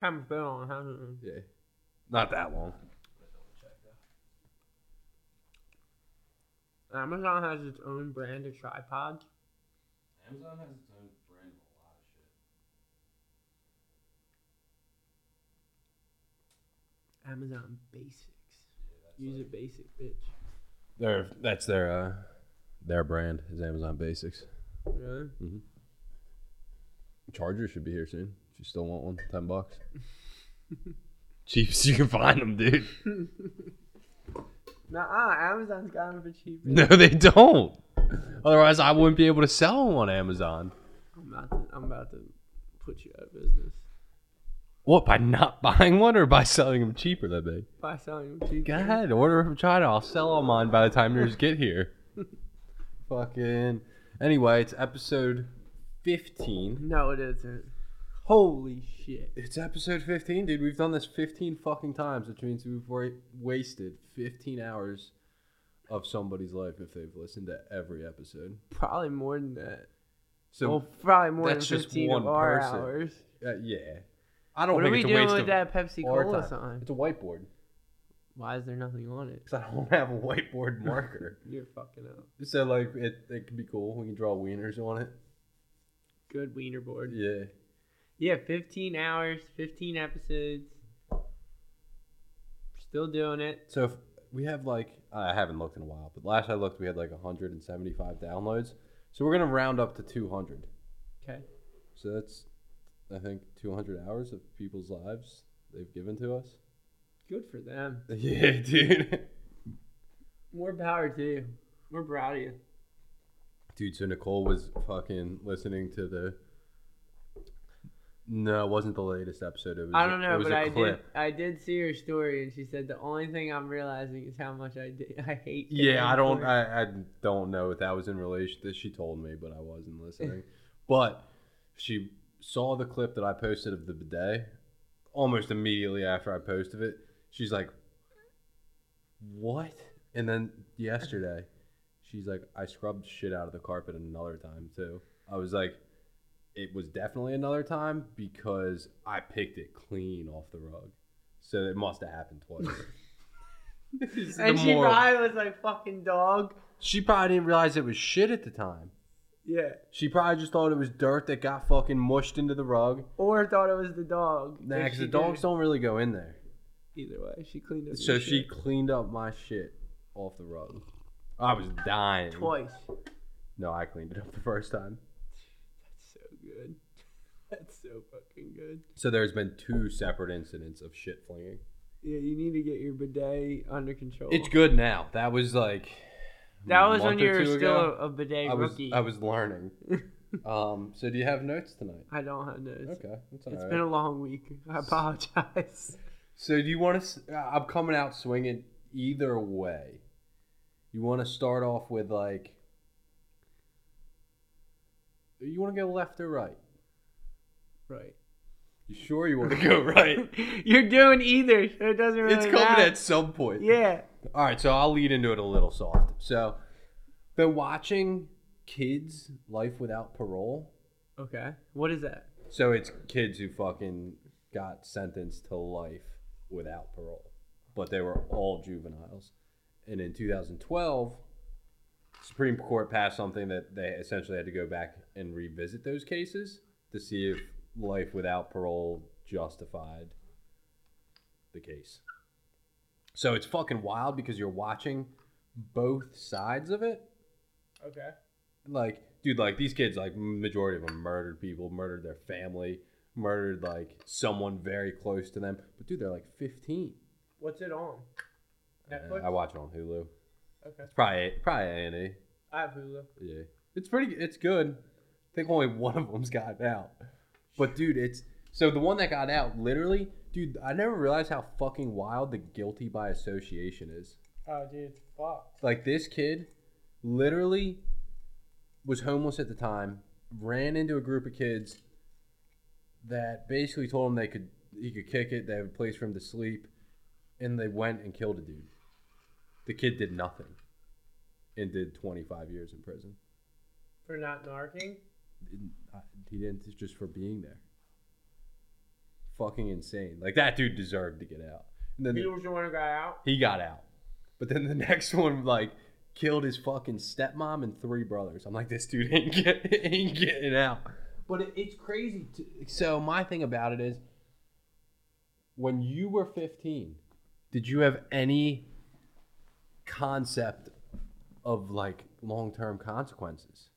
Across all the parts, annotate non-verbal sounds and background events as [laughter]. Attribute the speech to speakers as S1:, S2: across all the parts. S1: Haven't been on, haven't
S2: Yeah. Not that long.
S1: we? Amazon has its own brand of tripods.
S3: Amazon has its own brand of a lot of shit.
S1: Amazon Basics.
S3: Yeah, that's
S1: Use
S3: like,
S1: it basic, bitch.
S2: Their that's their uh their brand is Amazon Basics.
S1: Really?
S2: Charger should be here soon. If you still want one, ten [laughs] bucks. Cheapest you can find them, dude. [laughs]
S1: Nah, uh, Amazon's got them for cheap.
S2: No, they don't. Otherwise, I wouldn't be able to sell them on Amazon.
S1: I'm about to, I'm about to put you out of business
S2: What by not [laughs] buying one or by selling them cheaper than they?
S1: by selling them cheap.
S2: Go ahead, order from China. I'll sell all mine by the time yours get [laughs] here. Fucking. Anyway, it's episode fifteen.
S1: No, it isn't. Holy shit.
S2: It's episode 15, dude. We've done this 15 fucking times, which means we've wa- wasted 15 hours of somebody's life if they've listened to every episode.
S1: Probably more than that.
S2: So,
S1: well, probably more
S2: that's
S1: than
S2: just
S1: 15
S2: one
S1: of our
S2: person.
S1: hours.
S2: uh, yeah. I don't
S1: What are
S2: think
S1: we
S2: it's a
S1: doing
S2: waste
S1: with
S2: of
S1: that Pepsi
S2: our
S1: Cola
S2: time.
S1: sign?
S2: It's a [laughs] whiteboard.
S1: Why is there nothing on it?
S2: Because I don't have a whiteboard marker.
S1: You're fucking up.
S2: [laughs] so, like, it, it could be cool. We can draw wieners on it.
S1: Good wiener board.
S2: Yeah.
S1: Yeah, 15 hours, 15 episodes. Still doing it.
S2: So, if we have, like, I haven't looked in a while, but last I looked, we had, like, 175 downloads. So, we're going to round up to 200.
S1: Okay.
S2: So that's, I think, 200 hours of people's lives they've given to us.
S1: [laughs] Good for them.
S2: Yeah, dude.
S1: More power to you. We're proud of you.
S2: Dude, so Nicole was fucking listening to the. No, it wasn't the latest episode. It was
S1: I don't
S2: it
S1: know,
S2: was
S1: but
S2: a
S1: I did.
S2: clip.
S1: I did see her story, and she said the only thing I'm realizing is how much I did, [laughs] I hate.
S2: Yeah, I don't.
S1: [laughs] I,
S2: I, I don't know if that was in relation that she told me, but I wasn't listening. but she saw the clip that I posted of the bidet almost immediately after I posted it. She's like, "What?" And then yesterday, she's like, "I scrubbed shit out of the carpet another time too." I was like, "It was definitely another time because I picked it clean off the rug, so it must have happened twice." This is the
S1: and she
S2: moral.
S1: probably was like, "Fucking dog."
S2: [laughs] She probably didn't realize it was shit at the time.
S1: Yeah.
S2: She probably just thought it was dirt that got fucking mushed into the rug.
S1: Or thought it was the dog.
S2: Nah,
S1: If
S2: 'cause
S1: she
S2: the dogs
S1: did-
S2: don't really go in there.
S1: Either way, she cleaned up.
S2: So
S1: your
S2: she
S1: shit
S2: cleaned up my shit off the rug. I was dying.
S1: twice.
S2: No, I cleaned it up the first time.
S1: That's so good. [laughs] That's so fucking good.
S2: So there's been two separate incidents of shit flinging.
S1: Yeah, you need to get your bidet under control.
S2: It's good now. That was like
S1: That
S2: a
S1: was when
S2: month or
S1: you were
S2: two
S1: still
S2: ago.
S1: a, a bidet
S2: I was
S1: rookie.
S2: I was learning. [laughs] um. So do you have notes tonight?
S1: I don't have notes.
S2: Okay, that's all
S1: It's
S2: right.
S1: been a long week.
S2: [laughs]
S1: I apologize.
S2: So do you want to? I'm coming out swinging either way. You want to start off with like. You want to go left or right?
S1: right.
S2: You sure you want to [laughs] go right?
S1: [laughs] You're doing either, so it doesn't really
S2: it's coming
S1: matter.
S2: at some point.
S1: Yeah.
S2: All right, so I'll lead into it a little soft. So, been watching kids life without parole.
S1: Okay. What is that?
S2: So it's kids who fucking got sentenced to life without parole, but they were all juveniles. And in 2012, Supreme Court passed something that they essentially had to go back and revisit those cases to see if life without parole justified the case. So it's fucking wild because you're watching both sides of it
S1: Okay.
S2: like dude like these kids like majority of them murdered people murdered their family murdered like someone very close to them but dude they're like 15
S1: What's it on?
S2: Uh, i watch it on hulu
S1: Okay.
S2: it's probably probably a&e
S1: I have Hulu.
S2: yeah it's pretty it's good i think only one of them's gotten out but dude it's so the one that got out literally dude i never realized how fucking wild the guilty by association is
S1: Oh, dude, it's fucked.
S2: like this kid literally was homeless at the time ran into a group of kids that basically told him they could he could kick it they had a place for him to sleep and they went and killed a dude the kid did nothing and did 25 years in prison uh,
S1: For not narking?
S2: Didn't- I- he didn't it's just for being there fucking insane. Like that dude deserved to get out. And then
S1: He was the one who got out.
S2: he got out. But then the [laughs] next one like killed his fucking stepmom and three brothers. I'm like, this dude [laughs] ain't get, ain't getting out. But it, it's crazy. To, so my thing about it is, when you were 15, did you have any concept of like long term consequences?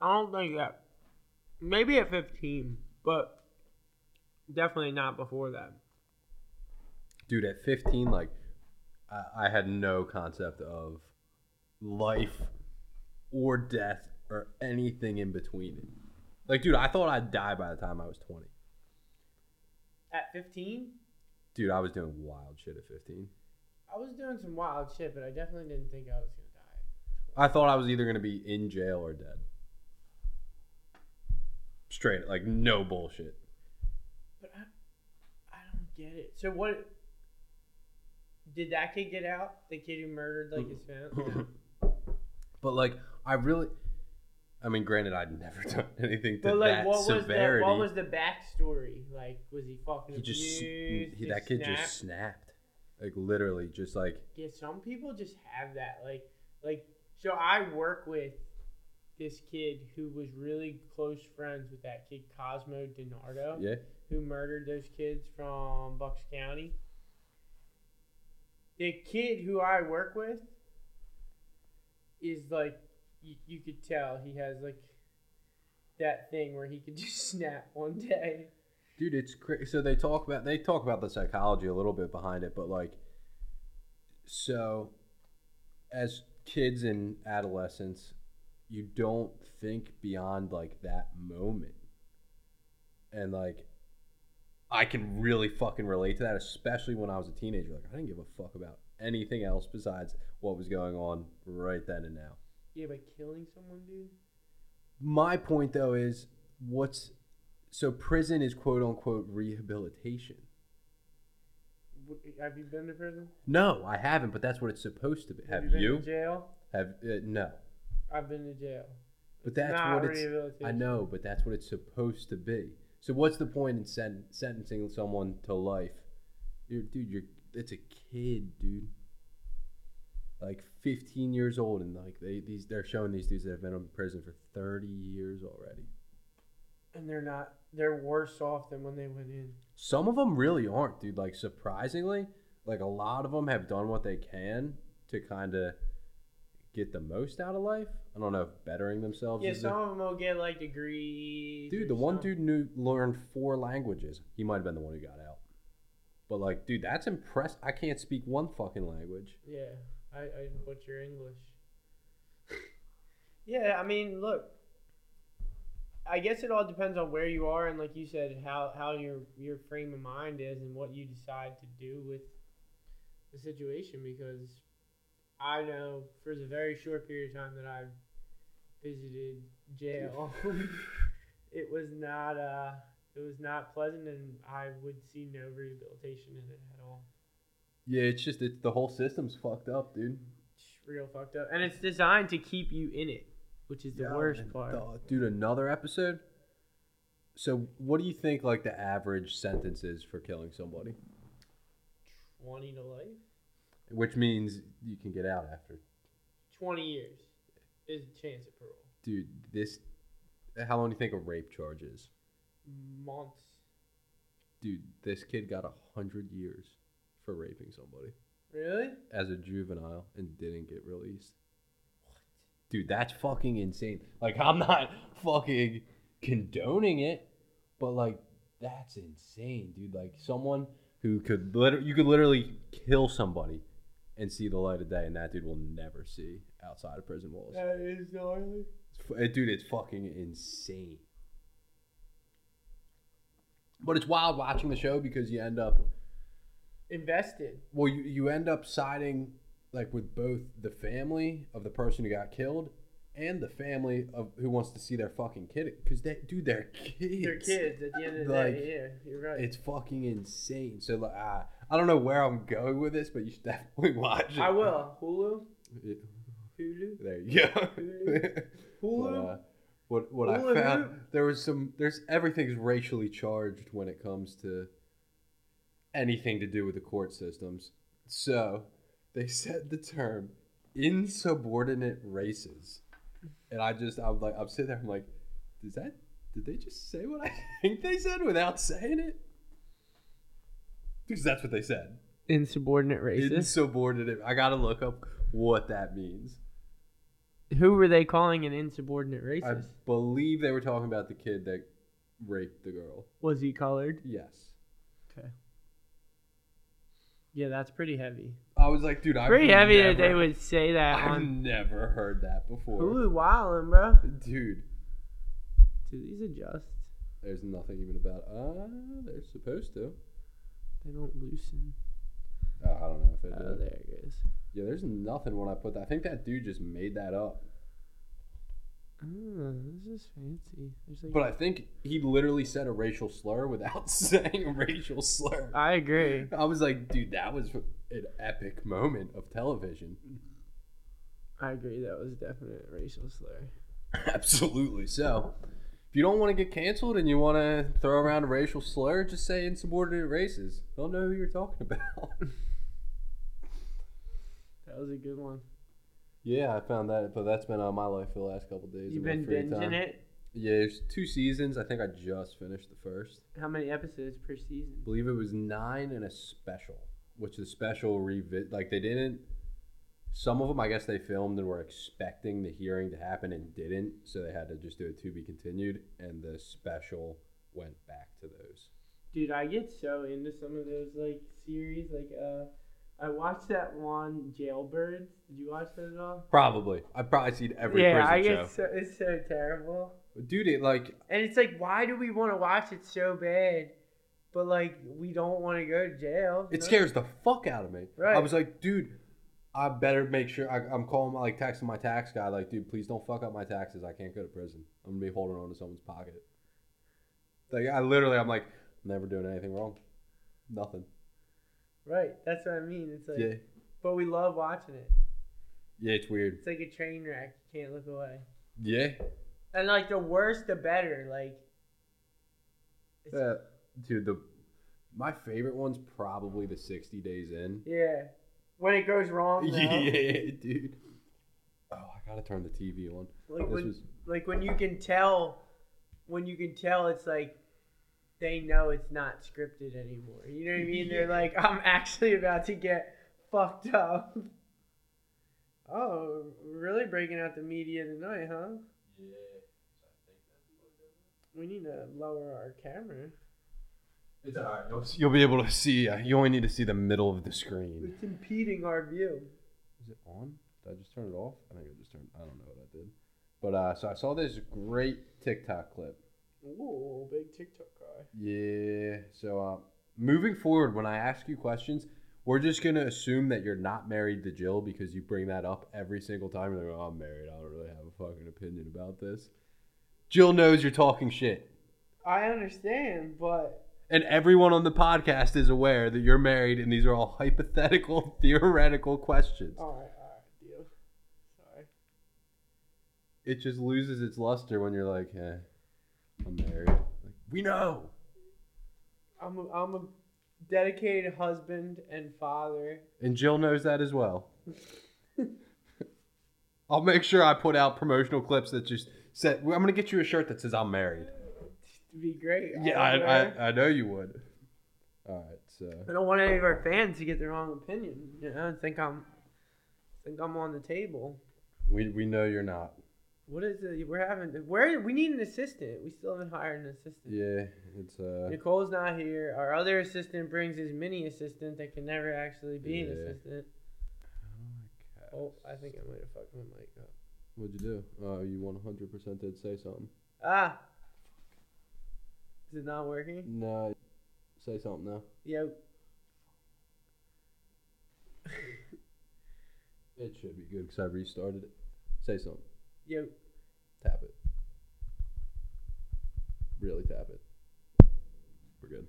S1: I don't think that. Maybe at 15, but definitely not before that.
S2: dude at 15 like I, I had no concept of life or death or anything in between it like dude i thought i'd die by the time i was 20
S1: At 15,
S2: dude i was doing wild shit at 15
S1: I was doing some wild shit, but I definitely didn't think I was gonna die.
S2: i thought i was either going to be in jail or dead straight like no bullshit [laughs]
S1: But I, I don't get it. So what? Did that kid get out? The kid who murdered like his
S2: [laughs]
S1: family.
S2: but like i really i mean granted i'd never [laughs] done anything to
S1: But like,
S2: that
S1: what
S2: severity
S1: was the what was the backstory? Like, was he fucking
S2: he just
S1: abused?
S2: he, that kid
S1: snapped?
S2: just snapped like literally just like
S1: Yeah, some people just have that. Like, like so I work with this kid who was really close friends with that kid Cosmo Donardo.
S2: yeah
S1: who murdered those kids from Bucks County. The kid who I work with is like, you, you could tell he has like that thing where he could [laughs] just snap one day.
S2: dude it's crazy so they talk about they talk about the psychology a little bit behind it but like so as kids and adolescents you don't think beyond like that moment and like i can really fucking relate to that especially when i was a teenager like i didn't give a fuck about anything else besides what was going on right then and now
S1: Yeah, by killing someone, dude.
S2: my point though is what's so prison is quote unquote rehabilitation
S1: W- Have you been to prison?
S2: No, I haven't, but that's what it's supposed to be. Have
S1: been
S2: you?
S1: To jail?
S2: Have uh, no.
S1: I've been to jail.
S2: But that's
S1: Not
S2: what it's
S1: rehabilitation.
S2: I know, but that's what it's supposed to be. So what's the point in sen- sentencing someone to life? You're, dude, you're it's a kid, dude. Like 15 years old and like they these they're showing these dudes that have been in prison for 30 years already.
S1: And they're not. They're worse off than when they went in.
S2: Some of them really aren't, dude. Like surprisingly, like a lot of them have done what they can to kind of get the most out of life. I don't know if bettering themselves.
S1: Yeah,
S2: is the-
S1: some of them will get like degrees.
S2: dude,
S1: or
S2: the one
S1: something.
S2: dude knew learned four languages. He might have been the one who got out. But like, dude, that's impressive. I can't speak one fucking language.
S1: Yeah, I, I butcher English. [laughs] yeah, I mean, look, I guess it all depends on where you are and, like you said, how, how your your frame of mind is and what you decide to do with the situation. Because I know for the very short period of time that I visited
S2: [laughs]
S1: jail, [laughs] it was not uh it was not pleasant, and I would see no rehabilitation in it at all.
S2: Yeah, it's just it's the whole system's fucked up, dude.
S1: It's real fucked up. And it's designed to keep you in it, which is the
S2: Yeah,
S1: worst
S2: and
S1: part.
S2: the- dude, another episode. So, what do you think like the average sentence is for killing somebody?
S1: 20 to life?
S2: Which means you can get out after
S1: 20 years is the chance of parole.
S2: dude, this. How long do you think a rape charge is?
S1: Months.
S2: Dude, this kid got a hundred years for raping somebody
S1: Really?
S2: as a juvenile and didn't get released. Dude, that's fucking insane. Like, I'm not [laughs] fucking condoning it, but like, that's insane, dude. Like, someone who could literally, you could literally kill somebody and see the light of day, and that dude will never see outside of prison walls.
S1: That is gnarly.
S2: It's fu- eh, Dude, it's fucking insane. But it's wild watching the show because you end up
S1: Invested.
S2: well, you, you end up siding like with both the family of the person who got killed and the family of who wants to see their fucking kid because they dude they're kids.
S1: They're kids at the end of the
S2: like,
S1: day. Yeah, you're right.
S2: It's fucking insane. So like, I, I don't know where I'm going with this, but you should [laughs] definitely watch it.
S1: I will. Hulu?
S2: Yeah,
S1: Hulu?
S2: There you go.
S1: Hulu?
S2: But, uh,
S1: Hulu?
S2: What what
S1: Well,
S2: I
S1: if
S2: found
S1: you-
S2: there was some there's everything's racially charged when it comes to anything to do with the court systems. So they said the term insubordinate races, and I just I'm like I'm sitting there I'm like, does that did they just say what I [laughs] think they said without saying it? Because that's what they said.
S1: Insubordinate racist.
S2: Insubordinate. I gotta look up what that means.
S1: Who were they calling an insubordinate racist?
S2: I believe they were talking about the kid that raped the girl.
S1: Was he colored?
S2: Yes.
S1: Okay. Yeah, that's pretty heavy.
S2: I was like, dude, I
S1: pretty heavy that they
S2: never- [laughs]
S1: would say that
S2: I've
S1: on
S2: never heard that before.
S1: Hulu Wildin', bro.
S2: Dude,
S1: Do these adjust?
S2: there's nothing even about. Uh, they're supposed to.
S1: They don't loosen.
S2: Uh, I don't know if they
S1: Oh,
S2: did.
S1: there it goes.
S2: Yeah, there's nothing when I put that. I think that dude just made that up.
S1: Oh, this is fancy. There's like,
S2: But I think he literally said a racial slur without [laughs] saying a racial slur.
S1: I agree.
S2: I was like, dude, that was an epic moment of television.
S1: I agree. That was definite racial slur.
S2: [laughs] Absolutely. So, if you don't want to get canceled and you want to throw around a racial slur, just say insubordinate races. They'll know who you're talking about. [laughs]
S1: That was a good one.
S2: yeah, I found that, but that's been on my life for the last couple days.
S1: You've
S2: in
S1: been
S2: my free
S1: binging
S2: time.
S1: it.
S2: Yeah, there's two seasons. I think I just finished the first.
S1: How many episodes per season?
S2: I believe it was nine and a special, which the special revi Like they didn't. Some of them, I guess, they filmed and were expecting the hearing to happen and didn't, so they had to just do it to be continued, and the special went back to those.
S1: Dude, I get so into some of those like series. Like, uh, I watched that one Jailbirds. Did you watch that at all?
S2: Probably. I've probably seen every
S1: yeah, I
S2: prison
S1: get so it's so terrible.
S2: show. Dude, it like
S1: And it's like, why do we want to watch it so bad? But like, we don't want to go to jail.
S2: it
S1: No.
S2: scares the fuck out of me.
S1: Right.
S2: I was like, dude, I better make sure I, I'm calling my like texting my tax guy, like, dude, please don't fuck up my taxes. I can't go to prison. I'm gonna be holding on to someone's pocket. Like I literally I'm like, I'm never doing anything wrong. Nothing.
S1: Right, that's what I mean. It's like,
S2: Yeah.
S1: but we love watching it.
S2: Yeah, it's weird.
S1: It's like a train wreck. You can't look away.
S2: Yeah.
S1: And like the worse, the better. Like, it's,
S2: Uh, dude, the my favorite one's probably the sixty days in.
S1: yeah. When it goes wrong, though,
S2: [laughs] Yeah, dude. Oh, I gotta turn the TV on.
S1: like
S2: This
S1: when
S2: was
S1: like when you can tell, when you can tell, it's like they know it's not scripted anymore. You know what I mean? They're like, I'm actually about to get fucked up. Oh, really breaking out the media tonight, huh?
S3: Yeah. So I think that's what it is.
S1: We need to lower our camera.
S3: It's alright. It was
S2: You'll be able to see. uh, You only need to see the middle of the screen.
S1: It's impeding our view.
S2: Is it on? Did I just turn it off? I think I just turned. I don't know what I did. But uh, so I saw this great TikTok clip.
S1: Ooh, big TikTok guy.
S2: Yeah. So uh, moving forward, when I ask you questions, we're just gonna assume that you're not married to Jill because you bring that up every single time. You're like, oh, I'm married. I don't really have a fucking opinion about this. Jill knows you're talking shit.
S1: I understand, but
S2: and everyone on the podcast is aware that you're married and these are all [laughs] hypothetical theoretical questions
S1: all right, all right, deal. Sorry.
S2: it just loses its luster when you're like eh, i'm married like, we know
S1: I'm a, I'm a dedicated husband and father.
S2: and jill knows that as well i'll make sure i put out promotional clips that just said i'm gonna get you a shirt that says i'm married
S1: It'd be great.
S2: yeah
S1: I,
S2: i,
S1: don't know.
S2: I, I know you would all right so
S1: I don't want any of our fans to get the wrong opinion. You know, and think I'm think I'm on the table.
S2: we, we know you're not
S1: What is it? We're having where we need an assistant. We still haven't hired an assistant.
S2: yeah it's uh
S1: Nicole's not here. Our other assistant brings his mini assistant that can never actually be an
S2: Yeah.
S1: assistant. Oh, I think I might have fucked my mic up.
S2: what'd you do oh you 100% did say something
S1: Ah. Is it not working?
S2: No, say something now.
S1: [laughs] Yep.
S2: It should be good because I restarted it. Say something.
S1: Yep.
S2: Tap it. Really tap it. We're good.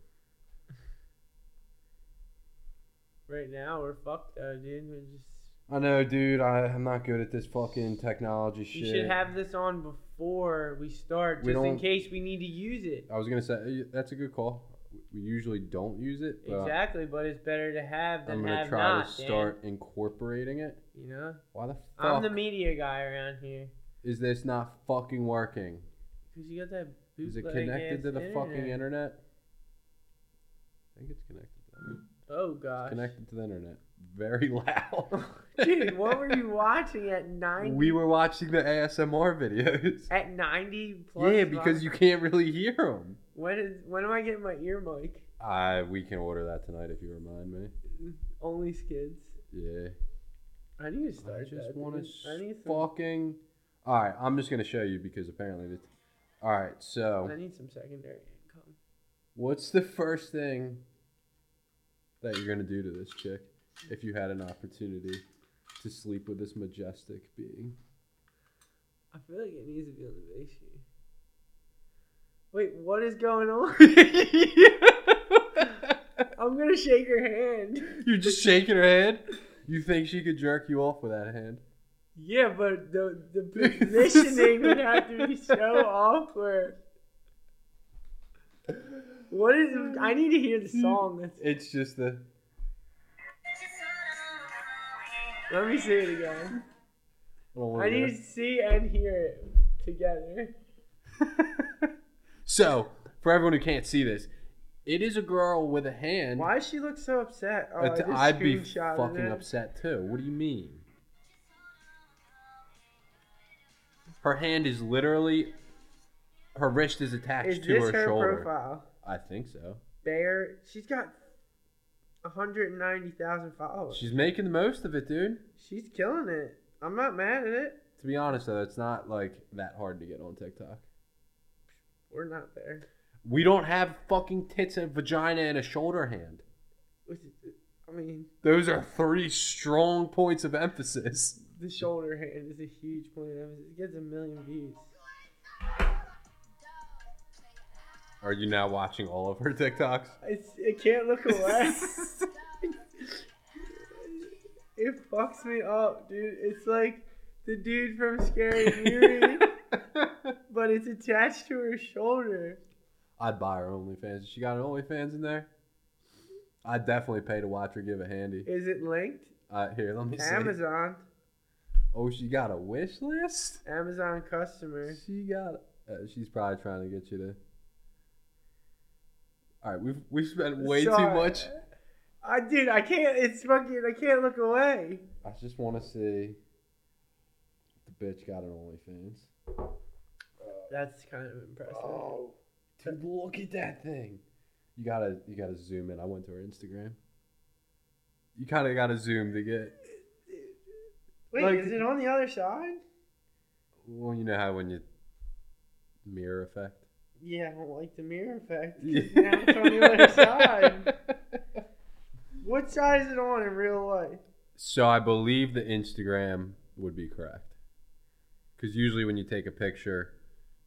S1: Right now we're fucked though, dude. We're just
S2: I know, dude. I, I'm not good at this fucking technology shit.
S1: you should have this on before we start,
S2: We
S1: just in
S2: don't-
S1: case we need to use it.
S2: I was gonna say eh, that's a good call. We usually don't use it, but
S1: Exactly, but it's better to have
S2: Uh, I'm
S1: than
S2: gonna
S1: have
S2: try
S1: not.
S2: to
S1: Dan,
S2: start incorporating it.
S1: you know,
S2: Why the
S1: I'm
S2: fuck
S1: the media guy around here
S2: is this not fucking working?
S1: because you got that.
S2: Is
S1: bootleg
S2: it
S1: ass
S2: connected to the fucking
S1: internet.
S2: internet? I think it's connected. To the internet.
S1: Oh
S2: It's
S1: gosh,
S2: connected to the internet. Very [laughs] loud.
S1: [laughs] dude, what
S2: [laughs]
S1: were you watching at ninety?
S2: We were watching the ASMR videos. [laughs]
S1: at ninety plus.
S2: Yeah, because
S1: miles?
S2: you can't really hear them.
S1: When is when am I getting my ear mic?
S2: I we can order that tonight if you remind me.
S1: Only skids.
S2: Yeah.
S1: I need to start
S2: I just
S1: that,
S2: want
S1: dude. I
S2: to
S1: need some.
S2: fucking. All right, I'm just gonna show you because apparently the. All right, so
S1: I need some secondary income.
S2: what's the first thing that you're gonna do to this chick if you had an opportunity to sleep with this majestic
S1: [laughs]
S2: being? [laughs]
S1: I feel like it needs to be on the base sheet. Wait, what is going on? [laughs] I'm gonna shake her hand.
S2: You're just shaking her head. You think she could jerk you off with that hand?
S1: Yeah, but the the positioning would have to be so awkward. What is? I need to hear the song. That's,
S2: It's just the.
S1: let me see it again.
S2: don't wanna
S1: I
S2: do
S1: need
S2: it.
S1: to see and hear it together.
S2: So, for everyone who can't see this, it is a girl with a hand.
S1: Why does she look so upset? Oh, I
S2: It's-
S1: just
S2: I'd be
S1: screenshotted
S2: fucking
S1: it.
S2: upset too. What do you mean? Her hand is literally, her wrist is attached
S1: Is
S2: to
S1: this
S2: her,
S1: her
S2: shoulder.
S1: profile?
S2: I think so.
S1: Bear, she's got 190,000 followers.
S2: She's making the most of it, dude.
S1: She's killing it. I'm not mad at it.
S2: To be honest, though, it's not like that hard to get on TikTok.
S1: We're not there.
S2: We don't have fucking tits and vagina and a shoulder hand.
S1: Which is- I mean,
S2: Those are three strong points of emphasis.
S1: the shoulder hand is a huge point of emphasis. It gets a million views.
S2: Are you now watching all of her TikToks?
S1: It's, it can't look
S2: [laughs]
S1: away. it fucks me up, dude. It's like the dude from
S2: [laughs]
S1: Scary Movie, but it's attached to her shoulder.
S2: I'd buy her OnlyFans. She got an OnlyFans in there. I'd definitely pay to watch her give a handy.
S1: Is it linked?
S2: Uh, here, let me see.
S1: Amazon.
S2: Oh, she got a wish list.
S1: Amazon customer.
S2: She got. Uh, she's probably trying to get you to. All right, we've we've spent way too
S1: Sorry.
S2: much.
S1: I dude, I can't. It's fucking. I can't look away.
S2: I just want to see. The bitch got an OnlyFans.
S1: That's kind of impressive. Oh.
S2: Oh. dude, look at that thing. You gotta you gotta zoom in. I went to her Instagram. You kind of gotta zoom to get.
S1: Wait,
S2: Like-
S1: is it on the other side?
S2: Well, you know how when you mirror effect.
S1: Yeah, I don't like the mirror effect. 'cause now it's on the
S2: [laughs]
S1: other side. What side is it on in real life?
S2: So I believe the Instagram would be correct. Because usually when you take a picture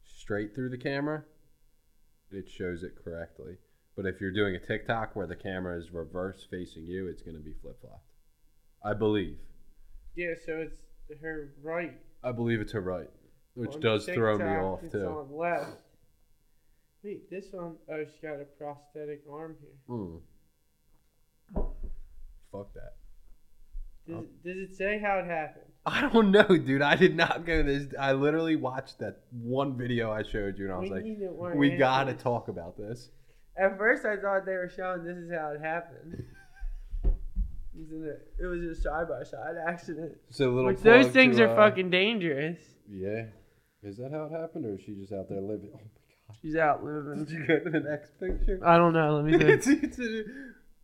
S2: straight through the camera, it shows it correctly. But if you're doing a TikTok where the camera is reverse facing you, it's going to be flip flopped. I believe.
S1: Yeah, so it's her right.
S2: I believe it's her right, which
S1: On
S2: does throw me
S1: TikTok,
S2: off
S1: it's
S2: too.
S1: on left. Wait, this one oh, she's got a prosthetic arm here.
S2: Mm. Hmm. Fuck that. Oh.
S1: Does, does it say how it happened?
S2: I don't know, dude. I did not go this. I literally watched that one video I showed you, and I was
S1: We need to
S2: like,
S1: learn
S2: "We
S1: answers."
S2: gotta talk about this."
S1: At first, I thought they were showing this is how it
S2: [laughs]
S1: happened. It was, in a, it was a side by side accident.
S2: So little.
S1: Which those
S2: plug
S1: things
S2: to,
S1: are
S2: uh,
S1: fucking dangerous.
S2: Yeah. Is that how it happened, or is she just out there living? Oh my
S1: She's out
S2: god! Did
S1: living.
S2: you go to the next picture?
S1: I don't know. Let
S2: [laughs]
S1: me
S2: it's,
S1: see.
S2: it's,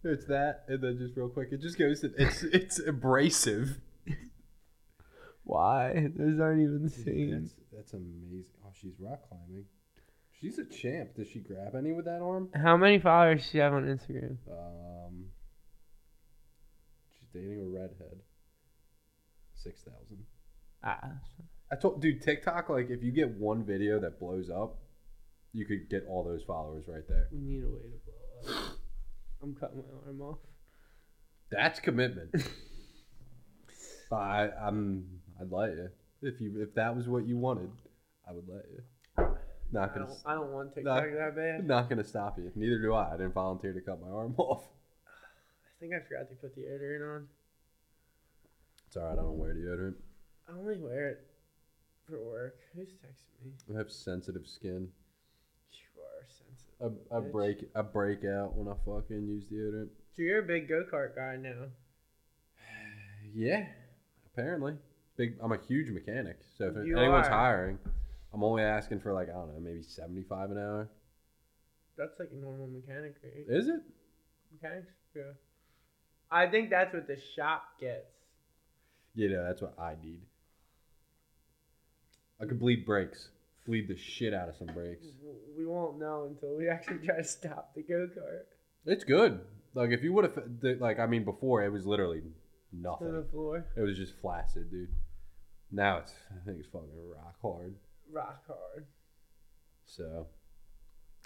S2: it's that, and then just real quick, it just goes. To, it's it's abrasive.
S1: Why? [laughs] Those aren't even the same.
S2: That's, that's amazing. Oh, she's rock climbing. She's a champ. Does she grab any with that arm?
S1: How many followers does she have on Instagram?
S2: Um, she's dating a redhead. Six thousand.
S1: Ah.
S2: I told dude TikTok like if you get one video that blows up, you could get all those followers right there.
S1: We need a way to blow up. I'm cutting my arm off.
S2: That's commitment. [laughs] I, I'm I'd like you if you if that was what you wanted. I would let you. Not
S1: I
S2: gonna,
S1: don't, I don't want
S2: Nah.
S1: TikTok that bad.
S2: not gonna stop you. Neither do I. I didn't volunteer to cut my arm [laughs] off.
S1: I think I forgot to put the deodorant on.
S2: It's all right. I don't wear deodorant.
S1: I only wear it for work. Who's texting me?
S2: I have sensitive skin.
S1: You are sensitive.
S2: I, I
S1: bitch.
S2: break I break out when I fucking use deodorant.
S1: So you're a big go kart guy now.
S2: Yeah, apparently. Big. I'm a huge mechanic, so if
S1: You
S2: anyone's
S1: are.
S2: hiring, I'm only asking for like I don't know, maybe 75 an hour.
S1: That's like a normal mechanic rate.
S2: Is it?
S1: Mechanics, yeah. I think that's what the shop gets.
S2: Yeah, no, that's what I need. I could bleed brakes. Bleed the shit out of some brakes.
S1: W- We won't know until we [laughs] actually try to stop the go kart
S2: It's good. Like if you would have, like I mean, before it was literally
S1: to the
S2: nothing.
S1: floor.
S2: It was just flaccid, dude. Now it's I think it's fucking rock hard.
S1: Rock hard.
S2: So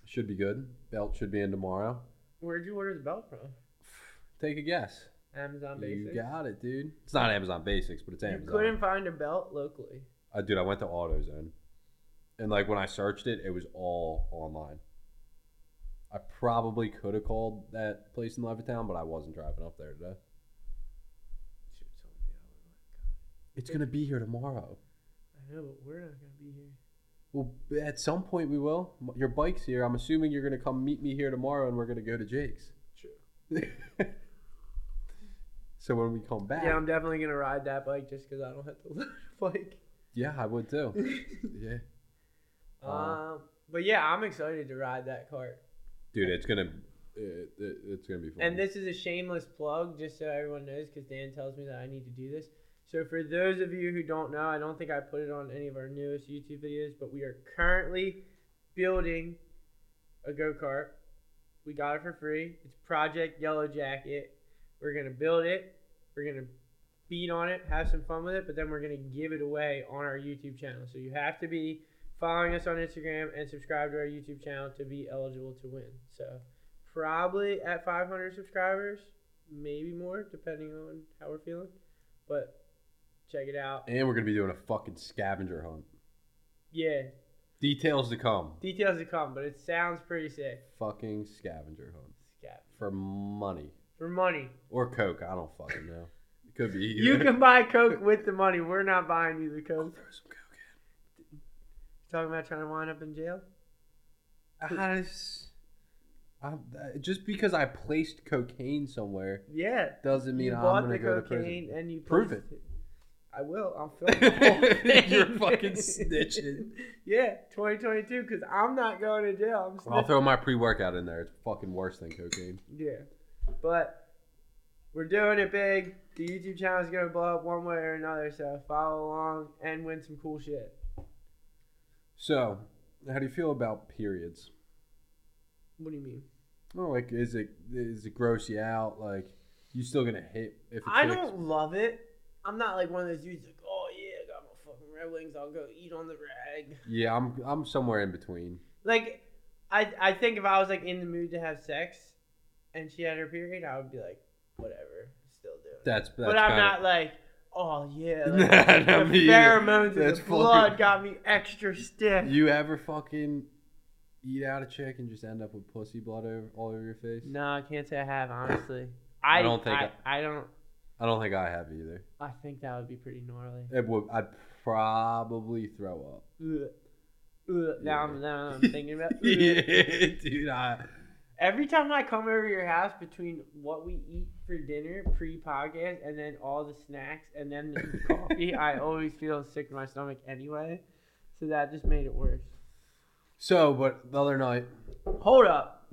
S2: should be good. Belt should be in tomorrow.
S1: Where'd you order the belt from?
S2: Take a guess.
S1: Amazon
S2: You
S1: Basics.
S2: got it, dude. It's not Amazon Basics, but it's
S1: You
S2: Amazon.
S1: couldn't find a belt locally.
S2: Uh, dude, I went to AutoZone, and like when I searched it, it was all online. I probably could have called that place in Levittown, but I wasn't driving up there today.
S1: Should've told me I would've
S2: It's gonna be here tomorrow.
S1: went. I know, but we're not gonna be here.
S2: Well, b- at some point we will. M- Your bike's here. I'm assuming you're gonna come meet me here tomorrow, and we're gonna go to Jake's.
S1: True.
S2: [laughs] so when we come back,
S1: Yeah, I'm definitely gonna ride that bike just because I don't have to [laughs] load a bike.
S2: yeah, I
S1: [laughs]
S2: would too. yeah, Uh,
S1: um, but yeah, I'm excited to ride that cart.
S2: dude, it's gonna it, it, it's gonna be fun.
S1: And this is a shameless plug, just so everyone knows, because Dan tells me that I need to do this. So for those of you who don't know, I don't think I put it on any of our newest YouTube videos, but we are currently building a go kart. We got it for free. It's Project Yellow Jacket. We're gonna build it. We're gonna beat on it, have some fun with it, but then we're gonna give it away on our YouTube channel. So you have to be following us on Instagram and subscribe to our YouTube channel to be eligible to win. So probably at 500 subscribers, maybe more, depending on how we're feeling. But check it out.
S2: and we're gonna be doing a fucking scavenger hunt.
S1: Yeah,
S2: Details to come.
S1: details to come, but it sounds pretty sick.
S2: Fucking scavenger hunt
S1: Scat.
S2: for money
S1: For money.
S2: or coke. I don't fucking know. It could be either.
S1: You can buy Coke with the money. We're not buying you the
S2: I'll
S1: Coke.
S2: [laughs] throw some coke
S1: Talking about trying to wind up in jail?
S2: in. I just- I- I- just because I placed cocaine somewhere
S1: Yeah.
S2: doesn't mean
S1: you
S2: I'm
S1: bought
S2: gonna
S1: the
S2: go
S1: cocaine and you
S2: Prove
S1: posted
S2: it.
S1: I will. I'll
S2: to
S1: film. the whole
S2: prison.
S1: thing.
S2: [laughs] You're
S1: [laughs]
S2: fucking snitching.
S1: Yeah, 2022, because I'm not going to jail. I'm
S2: I'll
S1: snitching.
S2: throw my pre-workout in there. It's fucking worse than cocaine.
S1: Yeah. But we're doing it big. The YouTube channel is going to blow up one way or another, so follow along and win some cool shit.
S2: So, how do you feel about periods?
S1: What do you mean?
S2: Oh, like is it is it gross you out? Like you still gonna hate if it's
S1: I don't love it. I'm not like one of those dudes like, oh yeah, I got my fucking Red Wings. I'll go eat on the rag.
S2: Yeah, I'm I'm somewhere in between.
S1: Like, I I think if I was like in the mood to have sex, and she had her period, I would be like, whatever, still doing. it.
S2: That's, that's
S1: but I'm
S2: kinda-
S1: not like, oh
S2: [laughs]
S1: yeah,
S2: Nah,
S1: like,
S2: not
S1: the
S2: me either.
S1: pheromones in
S2: That's
S1: the blood
S2: fucking-
S1: got me extra stiff.
S2: You ever fucking eat out a chick and just end up with pussy blood over, all over your face?
S1: No, I can't say I have honestly.
S2: I
S1: I,
S2: don't think
S1: I, I don't.
S2: I don't think I have either.
S1: I think that would be pretty gnarly.
S2: It would, I'd probably throw up.
S1: [laughs] Ugh. Ugh. Now, I'm, now
S2: [laughs]
S1: I'm thinking about. ugh.
S2: yeah, dude. I,
S1: Every time I come over to your house, between what we eat for dinner pre-podcast and then all the snacks and then the coffee, I always feel sick in my stomach anyway. So that just made it worse.
S2: so, but the other night,
S1: Hold up.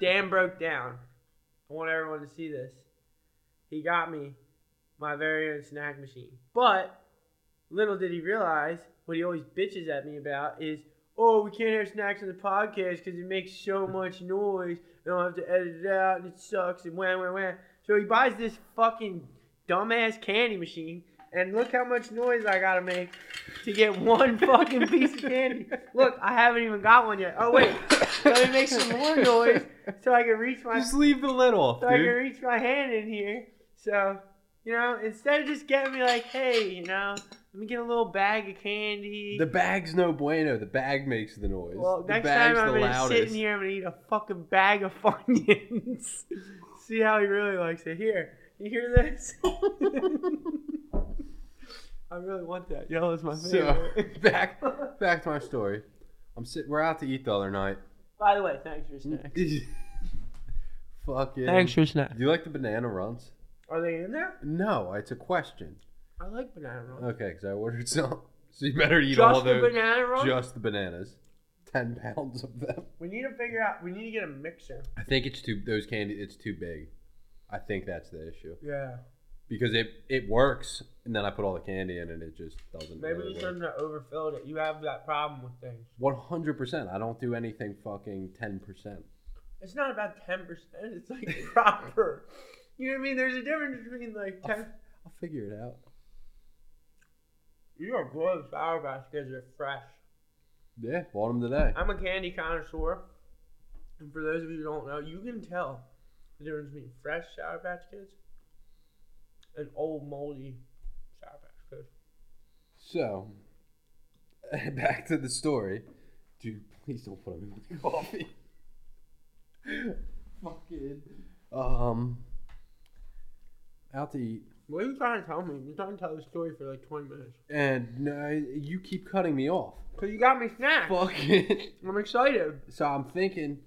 S1: Dan broke down. I want everyone to see this. He got me my very own snack machine. But little did he realize what he always bitches at me about is, oh, we can't have snacks on the podcast because it makes so much noise and I'll have to edit it out and it sucks and wham, wham, wham. So he buys this fucking dumbass candy machine and look how much noise I gotta make to get one fucking piece of candy. Look, I haven't even got one yet. Oh, wait. Let me make some more noise [laughs] so I can reach my
S2: [laughs] just leave the lid off,
S1: so I can
S2: dude.
S1: reach my hand in here. So, you know, instead of just getting me like, hey, you know, Let me get a little bag of candy.
S2: The bag's no bueno. The bag makes the noise.
S1: well,
S2: the
S1: next time
S2: bag's
S1: I'm
S2: the
S1: gonna sit in
S2: loudest.
S1: here. I'm gonna eat a fucking bag of [laughs] Funyuns. See how he really likes it. Here, you hear this? [laughs] I really want that. Yellow is my
S2: So
S1: favorite.
S2: [laughs] back back to my story. I'm sit. We're out to eat the other night.
S1: By the way, thanks
S2: [laughs]
S1: for snacks.
S2: Fucking.
S1: Thanks for snacks.
S2: Do you like the banana runs?
S1: Are they in there?
S2: No, it's a question.
S1: I like banana rolls.
S2: Okay, because I ordered some. [laughs] So you better Uh, eat all
S1: Just the
S2: those.
S1: banana roll.
S2: just the bananas. Ten pounds of them.
S1: we need to figure out. We need to get a mixer.
S2: I think it's too those candy. It's too big. I think that's the issue
S1: Yeah.
S2: because it it works, and then I put all the candy in, and it just doesn't.
S1: Maybe
S2: really
S1: we
S2: work.
S1: shouldn't have overfilled it. You have that problem with things.
S2: One hundred percent. I don't do anything fucking ten percent.
S1: It's not about ten percent. It's like [laughs] proper. You know what I mean? There's a difference between like ten.
S2: I'll figure it out.
S1: You are good sour patch kids are fresh.
S2: Yeah, bought them today.
S1: I'm a candy connoisseur, and for those of you who don't know, you can tell the difference between fresh sour patch kids and old moldy sour patch kids.
S2: So, [laughs] back to the story. Dude, please don't put them in my coffee. [laughs] Fucking. Um. Out to eat.
S1: What are you trying to tell me? You're trying to tell the story for like 20 minutes.
S2: And no, you keep cutting me off. [laughs]
S1: Cause you got me snacks.
S2: Fucking.
S1: I'm excited.
S2: So I'm thinking,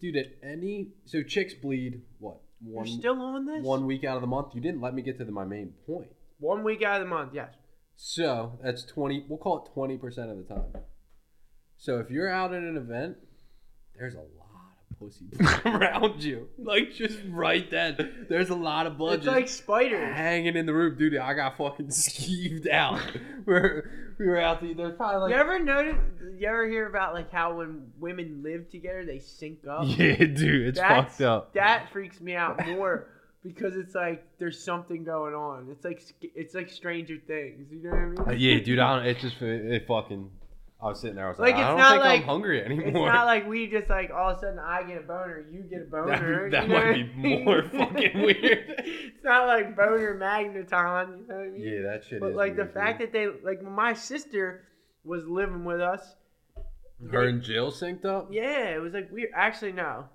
S2: dude, at any. So chicks bleed, what? One,
S1: You're still on this?
S2: one week out of the month? You didn't let me get to the, my main point.
S1: One week out of the month, yes.
S2: So that's 20, we'll call it 20% of the time. So if you're out at an event, there's a lot of pussy [laughs] around you. Like just right then, there's a lot of blood
S1: it's
S2: just
S1: like spiders.
S2: hanging in the room. Dude, I got fucking [laughs] skeeved out. [laughs] we're, we were out to eat. There's probably
S1: you
S2: like.
S1: ever notice? You ever hear about like how when women live together they sync up?
S2: Yeah, dude, it's
S1: That's-
S2: fucked up.
S1: That freaks me
S2: [laughs]
S1: out more because it's like there's something going on. It's like sk- it's like Stranger Things. You know what I
S2: Uh,
S1: mean?
S2: yeah, dude, I don't, it just, it, it fucking. I was sitting there, I was like,
S1: Like, it's
S2: I don't
S1: not
S2: think
S1: like-
S2: I'm hungry
S1: [laughs]
S2: anymore.
S1: It's not like we just like all of a sudden I get a boner, you get a boner.
S2: that
S1: you know
S2: might
S1: what
S2: be
S1: I mean? [laughs]
S2: more fucking weird.
S1: it's not like boner magneton. You know what I mean?
S2: [laughs] yeah, that shit
S1: But
S2: is
S1: like the
S2: weird, dude.
S1: fact that they like when my sister was living with us.
S2: Her and Jill synced up?
S1: Yeah, it was like weird. Actually, no.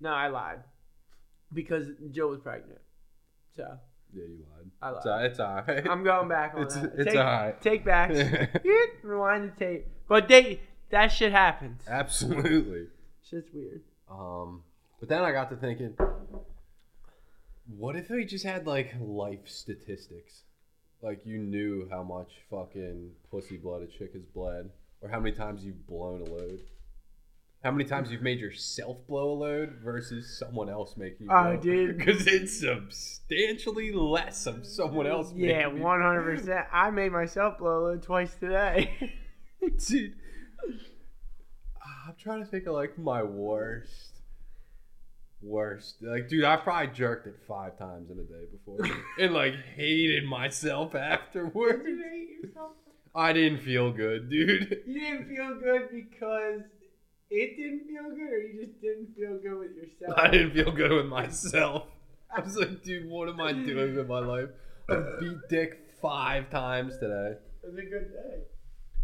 S1: No, I lied because Jill was pregnant. So
S2: Yeah, you lied.
S1: I lied.
S2: It's, all- it's all [laughs] right.
S1: I'm going back on
S2: It's,
S1: that.
S2: it's
S1: take,
S2: all
S1: [laughs]
S2: right.
S1: Take back. Rewind the tape. But they that shit happens.
S2: [laughs] Absolutely.
S1: Shit's weird.
S2: Um, but then I got to thinking, what if we just had like life statistics? Like you knew how much fucking pussy blood a chick has bled, or how many times you've blown a load. How many times you've made yourself blow a load versus someone else making you
S1: Oh,
S2: [laughs]
S1: dude.
S2: Because it's substantially less of someone else
S1: Yeah,
S2: making you-
S1: one hundred percent. I made myself blow a load twice
S2: [laughs]
S1: today. [laughs]
S2: Dude, Ah, I'm trying to think of like my worst, worst. Like, dude, I probably jerked it five times in a day before, and like hated myself [laughs] afterwards. I didn't feel good, dude. [laughs]
S1: You didn't feel good because it didn't feel good, or you just didn't feel good with yourself.
S2: I didn't feel good with myself. I was like, dude, what am I doing with my life? I beat dick five times today,
S1: It was a good day.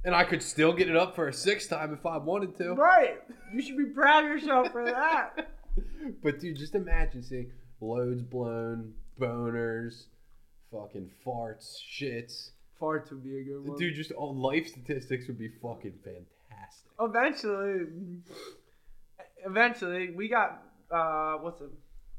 S2: and I could still get it up for a sixth time if I wanted to.
S1: Right. You should be proud of yourself for [laughs] that.
S2: But dude, just imagine seeing loads blown, boners, fucking farts, shits.
S1: Farts would be a good one.
S2: Dude, just all life statistics would be fucking
S1: [laughs]
S2: fantastic. [laughs]
S1: Eventually, eventually, we got uh, what's the,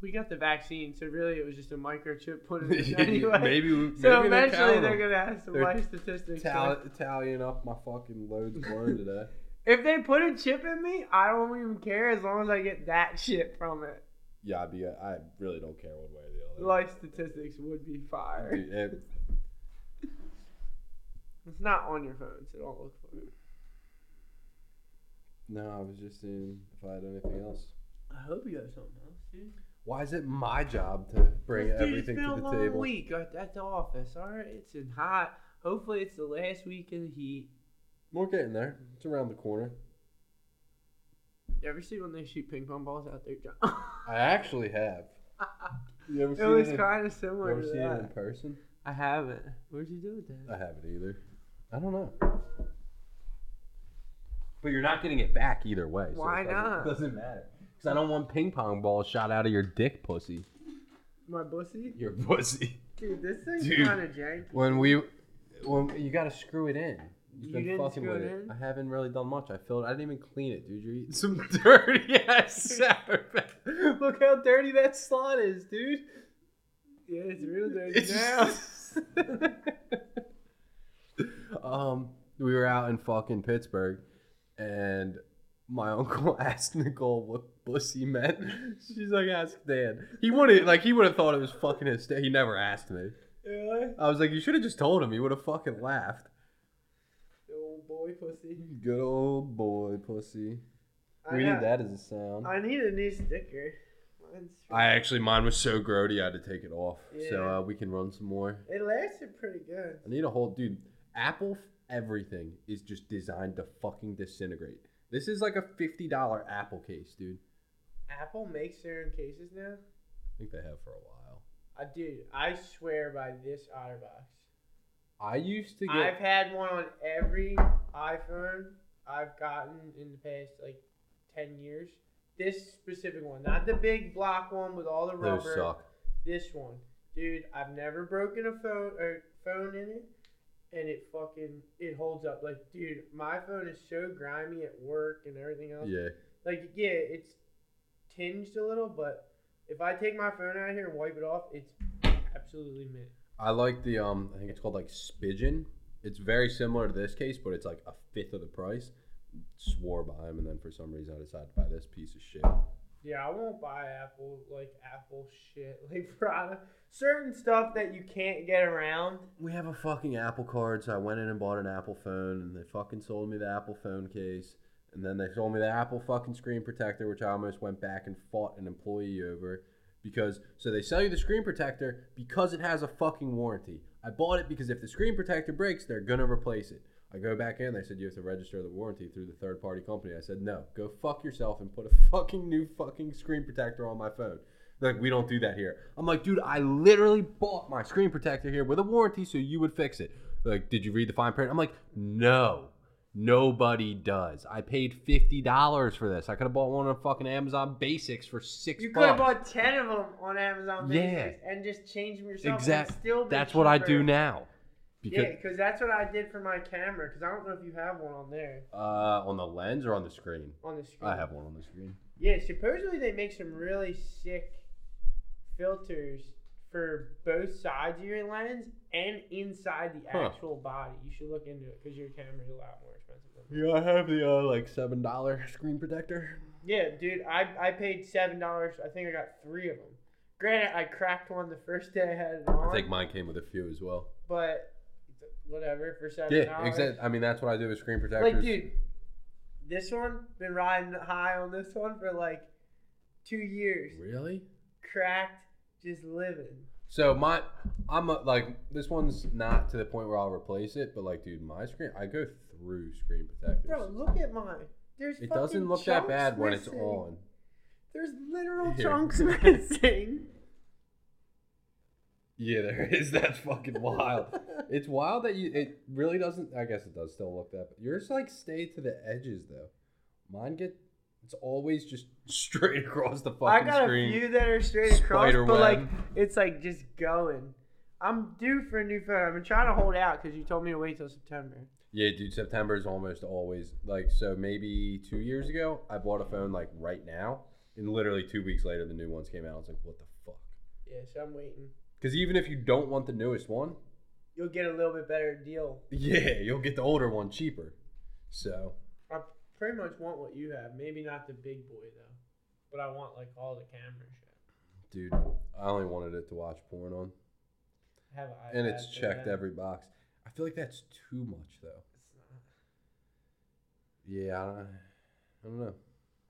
S1: we got the vaccine. So really, it was just a microchip put in
S2: [laughs]
S1: us anyway.
S2: maybe we-
S1: so
S2: maybe they're
S1: eventually,
S2: counting
S1: they're
S2: them.
S1: gonna have some
S2: They're
S1: life statistics.
S2: Tally, tallying up my fucking loads
S1: [laughs]
S2: blown today.
S1: If they put a chip in me, I don't even care as long as I get that [laughs] shit from it.
S2: Yeah, I'd be. I really don't care one way or the other.
S1: Life statistics would be fire.
S2: Dude, eh, it-
S1: It's not on your phone, so don't look for it.
S2: no, I was just seeing if I had anything else.
S1: I hope you have something else, dude.
S2: Why is it my job to bring
S1: Dude,
S2: everything
S1: it's been
S2: to
S1: a
S2: the
S1: long
S2: table?
S1: week at, at the office. All right, it's been hot. Hopefully, it's the last week of the heat.
S2: We're getting there. It's around the corner.
S1: You ever see when they shoot ping pong balls out there, John?
S2: I actually have. You ever
S1: [laughs] it was
S2: seen it?
S1: kind of
S2: You
S1: similar
S2: ever
S1: to
S2: seen it in
S1: that.
S2: person?
S1: I haven't. Where'd you do with
S2: I
S1: that?
S2: haven't either. I don't know. But you're not getting it back either way. so
S1: Why
S2: it doesn't-
S1: not?
S2: It doesn't matter. Because I don't want ping pong balls shot out of your dick, pussy.
S1: My pussy?
S2: Your pussy.
S1: Dude, this thing's
S2: Dude.
S1: kind of janky.
S2: [laughs] When we, when you gotta screw it in. You've
S1: You
S2: been
S1: didn't
S2: fucking
S1: screw
S2: with
S1: it
S2: it.
S1: in?
S2: I haven't really done much. I filled. I didn't even clean it, dude. You're [laughs] eating some dirty ass [laughs] sour. patch. Look how dirty that slot is, dude.
S1: Yeah, it's real dirty
S2: [laughs] It's
S1: now.
S2: just- [laughs] um, we were out in fucking Pittsburgh, and my [laughs] uncle asked Nicole what pussy meant. [laughs] She's like, ask Dan. He wouldn't like. He would have thought it was fucking hysterical. He never asked me.
S1: Really?
S2: I was like, you should have just told him. He would have fucking laughed.
S1: Oh boy, pussy.
S2: Good old boy, pussy. We
S1: I
S2: need
S1: ha-
S2: that as a sound.
S1: I need a new sticker. Mine's
S2: I actually, mine was so grody, I had to take it off. So
S1: Yeah.
S2: uh, we can run some more.
S1: It lasted pretty good.
S2: I need a whole dude. Apple f- everything is just designed to fucking disintegrate. This is like a fifty dollar Apple case, dude.
S1: Apple makes their own cases now.
S2: I think they have for a while.
S1: I dude, I swear by this OtterBox.
S2: I used to get.
S1: I've had one on every iPhone I've gotten in the past like ten years. This specific one, not the big block one with all the
S2: those
S1: rubber.
S2: suck.
S1: This one, dude, I've never broken a phone or phone in it, and it fucking it holds up. Like, dude, my phone is so grimy at work and everything else.
S2: Yeah.
S1: Like, yeah, it's tinged a little, but if I take my phone out of here and wipe it off, it's absolutely mint.
S2: I like the um. I think it's called like Spigen. It's very similar to this case, but it's like a fifth of the price. Swore by him, and then for some reason I decided to buy this piece of shit.
S1: Yeah, I won't buy Apple like Apple shit [laughs] like product. Certain stuff that you can't get around.
S2: we have a fucking Apple card, so I went in and bought an Apple phone, and they fucking sold me the Apple phone case, and then they sold me the Apple fucking screen protector, which I almost went back and fought an employee over because so they sell you the screen protector because it has a fucking warranty. I bought it because if the screen protector breaks, they're gonna replace it. I go back in, they said you have to register the warranty through the third party company. I said no, go fuck yourself and put a [laughs] fucking new fucking screen protector on my phone. They're Like we don't do that here. I'm like, dude, I literally bought my screen protector here with a warranty, so you would fix it. They're Like, did you read the fine print? I'm like, no, nobody does. I paid fifty dollars for this. I could have bought one on fucking Amazon Basics for six.
S1: You could
S2: bucks.
S1: have bought ten of them on Amazon Basics
S2: Yeah.
S1: and just change them yourself. and
S2: Exactly.
S1: Still be
S2: That's what I do
S1: cheaper. Yeah,
S2: now.
S1: 'cause
S2: Because
S1: yeah, because that's what I did for my camera. Because I don't know if you have one on there
S2: uh, on the lens or on the screen,
S1: on the screen.
S2: I have one on the screen.
S1: Yeah, supposedly they make some really sick filters for both sides of your lens and inside the
S2: Huh.
S1: actual body. You should look into it because your camera's a lot more expensive. Than
S2: Yeah, I have the uh, like seven dollar screen protector.
S1: Yeah, dude, I, I paid seven dollars. I think I got three of them. Granted, I cracked one the first day I had it on,
S2: I think mine came with a few as well.
S1: but whatever for seven dollars.
S2: Yeah, exactly. I mean, that's what I do with screen protectors.
S1: Like, dude, this one been riding high on this one for like two years.
S2: really?
S1: Cracked, just living.
S2: So my, I'm a, like this one's not to the point where I'll replace it, but like, dude, my screen, I go through screen protectors.
S1: Bro, look at mine. There's
S2: it doesn't
S1: fucking
S2: look that
S1: chunks
S2: bad when it's
S1: missing.
S2: on.
S1: There's
S2: [laughs]
S1: literal
S2: Here.
S1: chunks [laughs] missing.
S2: Yeah, there is. [laughs] That's fucking wild.
S1: [laughs]
S2: it's wild that you. It really doesn't. I guess it does still look that. But yours like stay to the edges though. Mine get. It's always just [laughs] straight across the fucking
S1: I got
S2: screen.
S1: a few that are straight across,
S2: Spider
S1: but like
S2: web.
S1: it's like just going. I'm due for a new phone. I've been trying to hold out because you told me to wait till September.
S2: Yeah, dude, September is almost always like so. Maybe two years ago, I bought a phone like right now, and literally two weeks later, the new ones came out. I was like, what the fuck?
S1: Yeah, so I'm waiting.
S2: Because even if you don't want the newest one,
S1: You'll get a little bit better deal.
S2: yeah, you'll get the older one cheaper. So
S1: I pretty much want what you have. Maybe not the big boy though, but I want like all the camera shit.
S2: Dude, I only wanted it to watch porn on.
S1: I have an
S2: And
S1: iPad
S2: it's
S1: for
S2: checked
S1: that.
S2: every box. I feel like that's too much, though.
S1: It's not-
S2: Yeah, I don't, I don't know.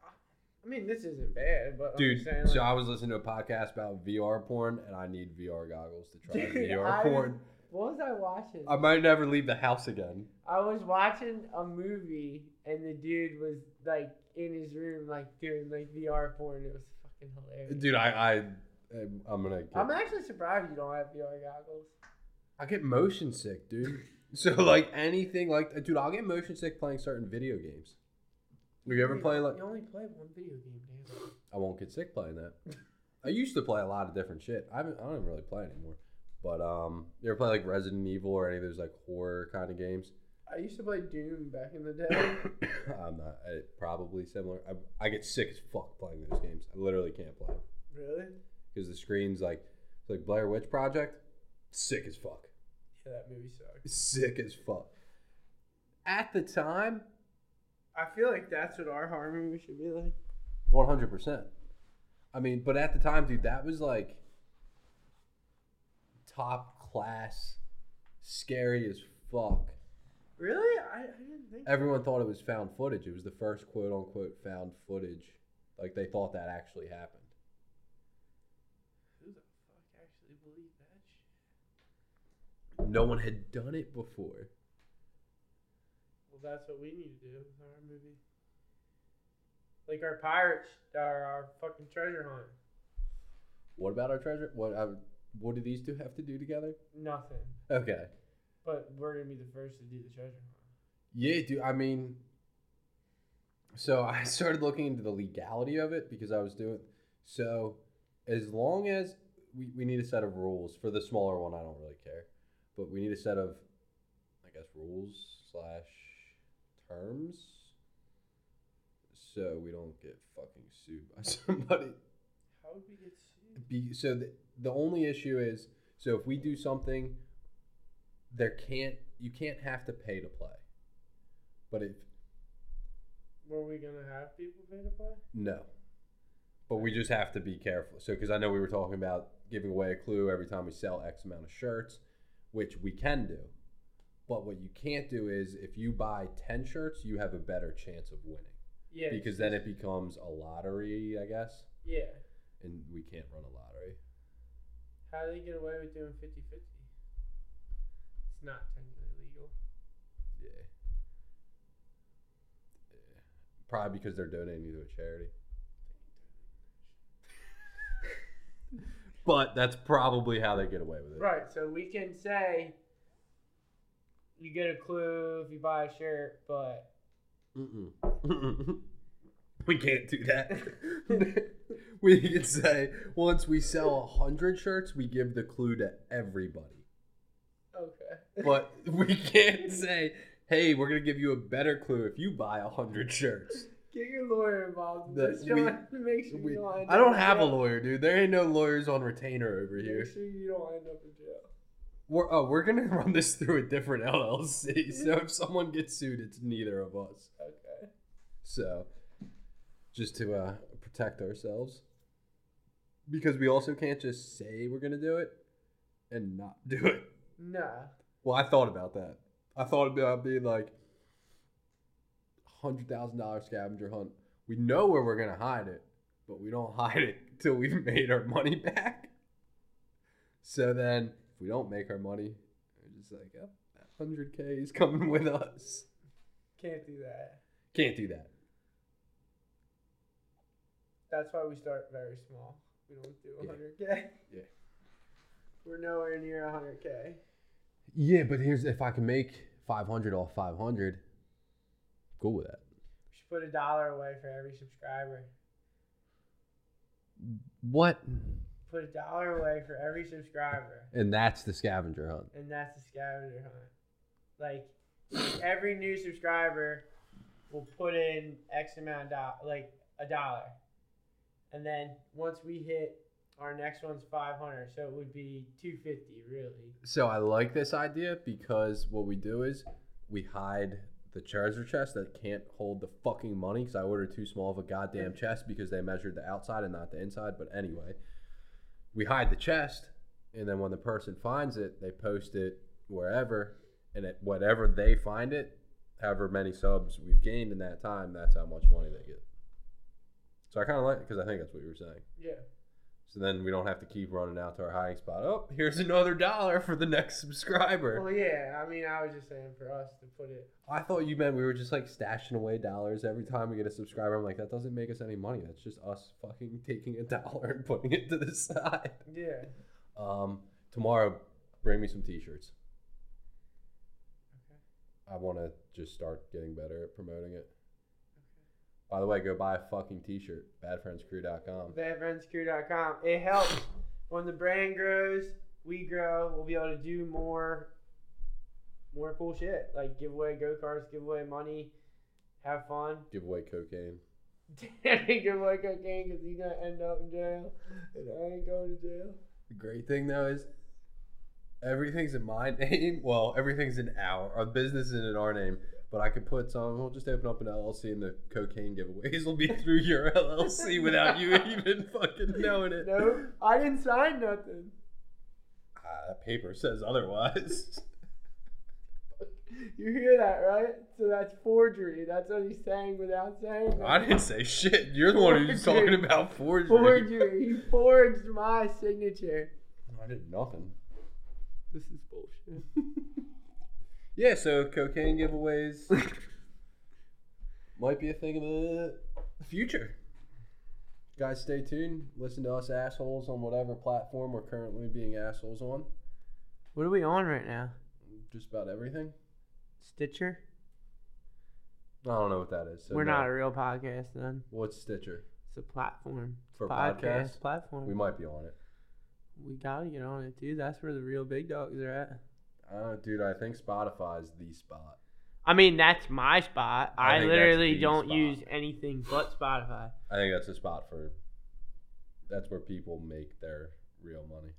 S1: I mean, this isn't bad, but I'm
S2: Dude,
S1: just saying, like,
S2: so I was listening to a podcast about VR porn, and I need VR goggles to try
S1: Dude,
S2: VR
S1: I-
S2: porn.
S1: what was I watching?
S2: I might never leave the house again.
S1: I was watching a movie and the dude was like in his room, like doing like VR porn. It was fucking hilarious.
S2: Dude, I, I I'm gonna. Get,
S1: I'm actually surprised you don't have VR goggles.
S2: I get motion sick, dude. [laughs] So like anything, like uh, dude, I'll get motion sick playing certain video games. Have you ever
S1: Dude,
S2: play like?
S1: You only play one video game, damn. it.
S2: I won't get sick playing that. I used to play a lot of different shit. I haven't, I don't even really play anymore. But um, you ever play like Resident Evil or any of those like horror kind of games?
S1: I used to play Doom back in the
S2: [laughs]
S1: day.
S2: I'm not I, probably similar. I, I get sick as fuck playing those games. I literally can't play
S1: really?
S2: because the screen's like it's like Blair Witch Project. Sick as fuck.
S1: Yeah, that movie sucked.
S2: Sick as fuck. At the time,
S1: I feel like that's what our horror movie should be like.
S2: One hundred percent. I mean, but at the time, dude, that was like top class, scary as fuck.
S1: Really? I, I didn't think.
S2: Everyone thought it was found footage. It was the first quote unquote found footage. Like they thought that actually happened.
S1: Who the fuck actually believed that shit?
S2: No one had done it before.
S1: Well, that's what we need to do with our movie. Like our pirates, our, our fucking treasure hunt.
S2: What about our treasure? What? I, what do these two have to do together?
S1: Nothing.
S2: Okay.
S1: But we're gonna be the first to do the treasure hunt.
S2: Yeah, dude. I mean, so I [laughs] started looking into the legality of it because I was doing so. As long as we, we need a set of rules for the smaller one, I don't really care, but we need a set of, I guess, rules slash terms, so we don't get fucking sued by [laughs] somebody.
S1: How would we get sued?
S2: Be, so the, the only issue is so if we do something, there can't you can't have to pay to play, but if
S1: Were we gonna have people pay to play?
S2: No. But we just have to be careful. So, because I know we were talking about giving away a clue every time we sell X amount of shirts, which we can do. But what you can't do is if you buy 10 shirts, you have a better chance of winning.
S1: Yeah.
S2: Because then it becomes a lottery, I guess.
S1: Yeah.
S2: And we can't run a lottery.
S1: How do they get away with doing 50-50? It's not technically legal.
S2: Yeah. yeah. Probably because they're donating to a charity. But that's probably how they get away with it.
S1: Right. So we can say you get a clue if you buy a shirt, but
S2: Mm-mm. [laughs] we can't do that. [laughs] we can say once we sell a hundred shirts, we give the clue to everybody.
S1: okay.
S2: But we can't say, "Hey, we're gonna give you a better clue if you buy a hundred shirts."
S1: Get your lawyer involved.
S2: That-
S1: Let's try to make sure [laughs]
S2: We-
S1: you don't end
S2: I don't
S1: up
S2: have a
S1: in jail.
S2: lawyer, dude. There ain't no lawyers on retainer over
S1: Make
S2: here.
S1: sure you don't end up in jail.
S2: We're oh, we're gonna [laughs] run this through a different LLC. So if someone gets sued, it's neither of us.
S1: Okay.
S2: So, just to uh, protect ourselves, because we also can't just say we're gonna do it and not do it.
S1: Nah.
S2: Well, I thought about that. I thought about being like hundred thousand dollar scavenger hunt. We know where we're gonna hide it, but we don't [laughs] hide it till we've made our money back. So then, if we don't make our money, we're just like, oh, that hundred k is coming with us.
S1: Can't do that.
S2: Can't do that.
S1: That's why we start very small. We don't do
S2: Yeah.
S1: 100K.
S2: Yeah.
S1: We're nowhere near 100K.
S2: Yeah, but here's if I can make 500 off 500, cool with that.
S1: We should put a dollar away for every subscriber.
S2: What?
S1: Put a dollar away for every subscriber.
S2: And that's the scavenger hunt.
S1: And that's the scavenger hunt. Like, every new subscriber will put in X amount, do- like a dollar. And then once we hit our next one's 500, so it would be 250, really.
S2: So I like this idea because what we do is we hide the treasure chest that can't hold the fucking money because I ordered too small of a goddamn chest because they measured the outside and not the inside. But anyway, we hide the chest, and then when the person finds it, they post it wherever, and at whatever they find it, however many subs we've gained in that time, that's how much money they get. So I kind of like it because I think that's what you were saying.
S1: Yeah.
S2: So then we don't have to keep running out to our hiding spot. Oh, here's another dollar for the next subscriber.
S1: Well, yeah. I mean, I was just saying for us to put it.
S2: I thought you meant we were just like stashing away dollars every time we get a subscriber. I'm like, that doesn't make us any money. That's just us [laughs] fucking taking a dollar and putting it to the side.
S1: Yeah.
S2: Um, tomorrow, Bring me some t-shirts.
S1: Okay.
S2: I want to just start getting better at promoting it. By the way, go buy a fucking t-shirt. Badfriendscrew.com.
S1: BadFriendsCrew.com. It helps when the brand grows, we grow. We'll be able to do more, more cool shit like give away go karts, give away money, have fun. [laughs]
S2: Give away cocaine.
S1: give away cocaine because he's gonna end up in jail, and I ain't going to jail.
S2: The great thing though is everything's in my [laughs] name. Well, everything's in our our business is in our name, but I could put some. We'll just open up an LLC, and the cocaine giveaways will be [laughs] through your LLC without you even fucking knowing it.
S1: No, I didn't sign nothing.
S2: Ah, that paper says otherwise. [laughs]
S1: You hear that, right? So that's forgery. That's what he's saying without saying. it.
S2: I didn't say shit. You're the one who's
S1: Forgery.
S2: talking about forgery.
S1: Forgery. He forged my signature.
S2: I did nothing.
S1: This is bullshit. [laughs]
S2: Yeah, so cocaine giveaways might be a thing of the future. Guys, stay tuned. Listen to us assholes on whatever platform we're currently being assholes on.
S1: What are we on right now?
S2: Just about everything.
S1: Stitcher?
S2: I don't know what that is. So
S1: We're
S2: no.
S1: not a real podcast then.
S2: What's Stitcher?
S1: It's a platform. It's
S2: For
S1: a podcast
S2: podcasts?
S1: platform.
S2: We might be on it.
S1: We gotta get on it too. That's where the real big dogs are at.
S2: Uh, dude, I think Spotify's the spot.
S1: I mean, that's my spot.
S2: I
S1: I,
S2: think that's
S1: literally
S2: the
S1: don't
S2: spot.
S1: use anything but Spotify.
S2: I think that's the spot for. That's where people make their real money.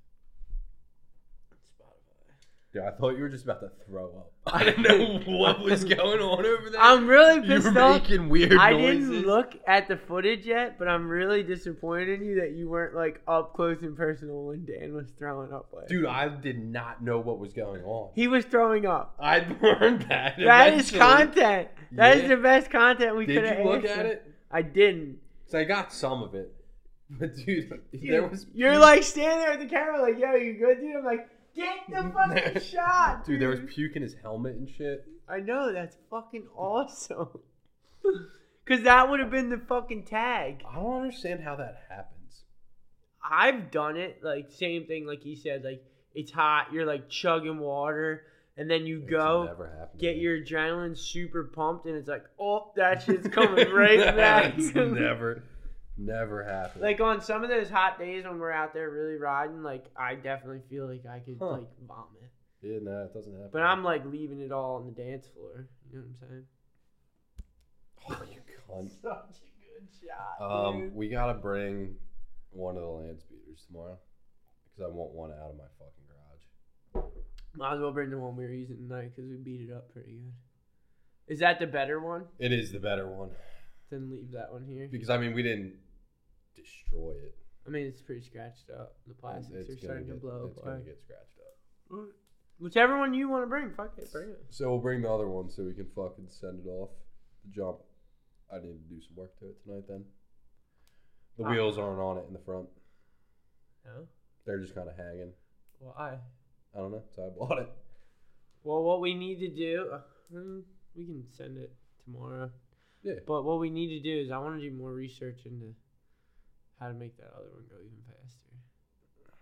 S2: Dude, I thought you were just about to throw up. [laughs] I didn't
S1: [laughs]
S2: know what was going on over there.
S1: I'm
S2: [laughs]
S1: really
S2: you were
S1: pissed off.
S2: making weird
S1: I
S2: noises.
S1: didn't look at the footage yet, but I'm really disappointed in you that you weren't like up close and personal when Dan was throwing up. Like.
S2: Dude, I did not know what was going on.
S1: he was throwing up.
S2: I [laughs] learned that.
S1: That is
S2: eventually.
S1: content. That is
S2: Yeah.
S1: the best content we could
S2: Did
S1: have.
S2: you look at it?
S1: I didn't.
S2: So I got some of it, [laughs] but dude,
S1: Dude,
S2: there was
S1: you're like standing there at the camera, like, "Yo, you good, dude?" I'm like, "Get
S2: [laughs]
S1: the fucking shot,
S2: dude, there was puke in his helmet and shit.
S1: I know that's fucking awesome. [laughs] Cause that would have been the fucking tag.
S2: I don't understand how that happens.
S1: I've done it, like same thing, like he said, like it's hot, you're like chugging water, and then you
S2: It's
S1: go
S2: never happened to
S1: get
S2: me. [laughs]
S1: your adrenaline super pumped, and it's like, oh, that shit's
S2: [laughs]
S1: coming right back. [laughs]
S2: That's
S1: to me.
S2: never, never happened.
S1: Like on some of those hot days when we're out there really riding, like I definitely feel like I could
S2: Huh.
S1: like vomit.
S2: yeah, no, it doesn't happen.
S1: But I'm like leaving it all on the dance floor. You know what I'm
S2: oh, you
S1: saying?
S2: cunt.
S1: Such a good shot. dude.
S2: Um, we gotta bring one of the land speeders tomorrow because I want one out of my fucking garage.
S1: Might as well bring the one we were using tonight because we beat it up pretty good. Is that the better one?
S2: It is the better one
S1: Then leave that one here.
S2: because I mean we didn't destroy it.
S1: I mean, it's pretty scratched up. The plastics
S2: It's
S1: are
S2: gonna
S1: starting to
S2: get-
S1: blow
S2: It's gonna
S1: apart.
S2: get scratched up.
S1: Mm. Whichever one you want to bring, fuck it, bring it.
S2: So we'll bring the other one so we can fucking send it off the jump. I need to do some work to it tonight then. The
S1: Ah.
S2: wheels aren't on it in the front.
S1: No?
S2: They're just kind of hanging.
S1: Why?
S2: I don't know. So I bought it. [laughs]
S1: Well, what we need to do, uh, mm, we can send it tomorrow.
S2: Yeah.
S1: But what we need to do is I want to do more research into how to make that other one go even faster.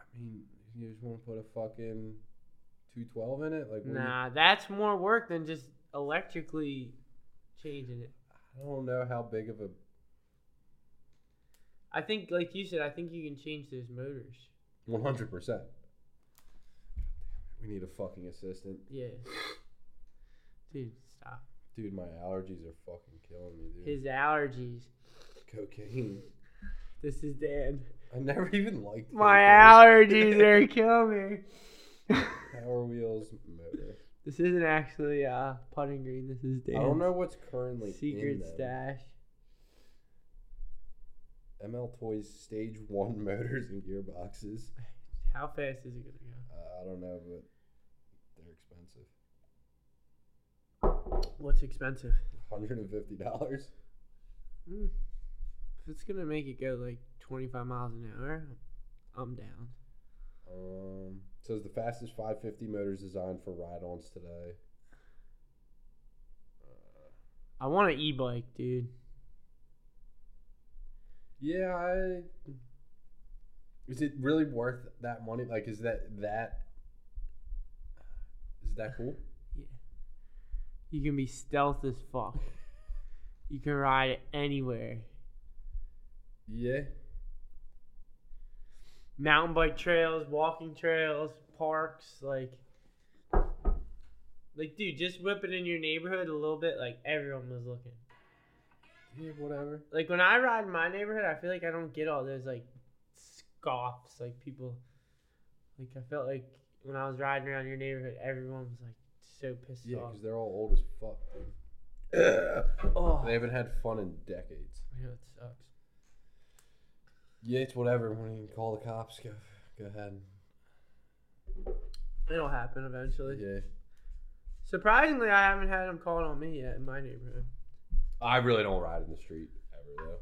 S2: I mean, you just want to put a fucking 212 in it? Like, what do you-
S1: Nah, that's more work than just electrically changing it.
S2: I don't know how big of a.
S1: I think, like you said, I think you can change those motors.
S2: 100%. We need a fucking assistant.
S1: Yeah. [laughs] Dude, stop.
S2: Dude, my allergies are fucking killing me, dude.
S1: His allergies.
S2: Cocaine.
S1: This is Dan.
S2: I never [laughs] even
S1: [laughs]
S2: liked
S1: My
S2: cocaine.
S1: allergies are killing me.
S2: Power wheels motor.
S1: this isn't actually uh, putting green. This is Dan.
S2: I don't know what's currently in
S1: Secret
S2: them.
S1: stash.
S2: ML Toys Stage One [laughs] motors and gearboxes.
S1: How fast is it gonna go?
S2: Uh, I don't know, but they're expensive.
S1: What's expensive?
S2: Hundred and fifty dollars.
S1: Hmm. If it's gonna make it go like 25 miles an hour, I'm down.
S2: Um, says the fastest 550 motors designed for ride-ons today. Uh,
S1: I want an e-bike, dude.
S2: yeah, I. Is it really worth that money? Like, is that that Is that [laughs] cool?
S1: Yeah. You can be stealth as fuck. you can ride anywhere.
S2: Yeah.
S1: Mountain bike trails, walking trails, parks, like like dude, just whip it in your neighborhood a little bit, like everyone was looking.
S2: Yeah, whatever.
S1: Like when I ride in my neighborhood, I feel like I don't get all those like scoffs, like people like I felt like when I was riding around your neighborhood, everyone was like so pissed
S2: Yeah,
S1: off.
S2: because they're all old as fuck.
S1: Oh,
S2: [coughs] They haven't had fun in decades.
S1: I know it sucks.
S2: Yeah, it's whatever. When you call the cops, go go ahead.
S1: It'll happen eventually.
S2: Yeah.
S1: Surprisingly, I haven't had them calling on me yet in my neighborhood.
S2: I really don't ride in the street ever though.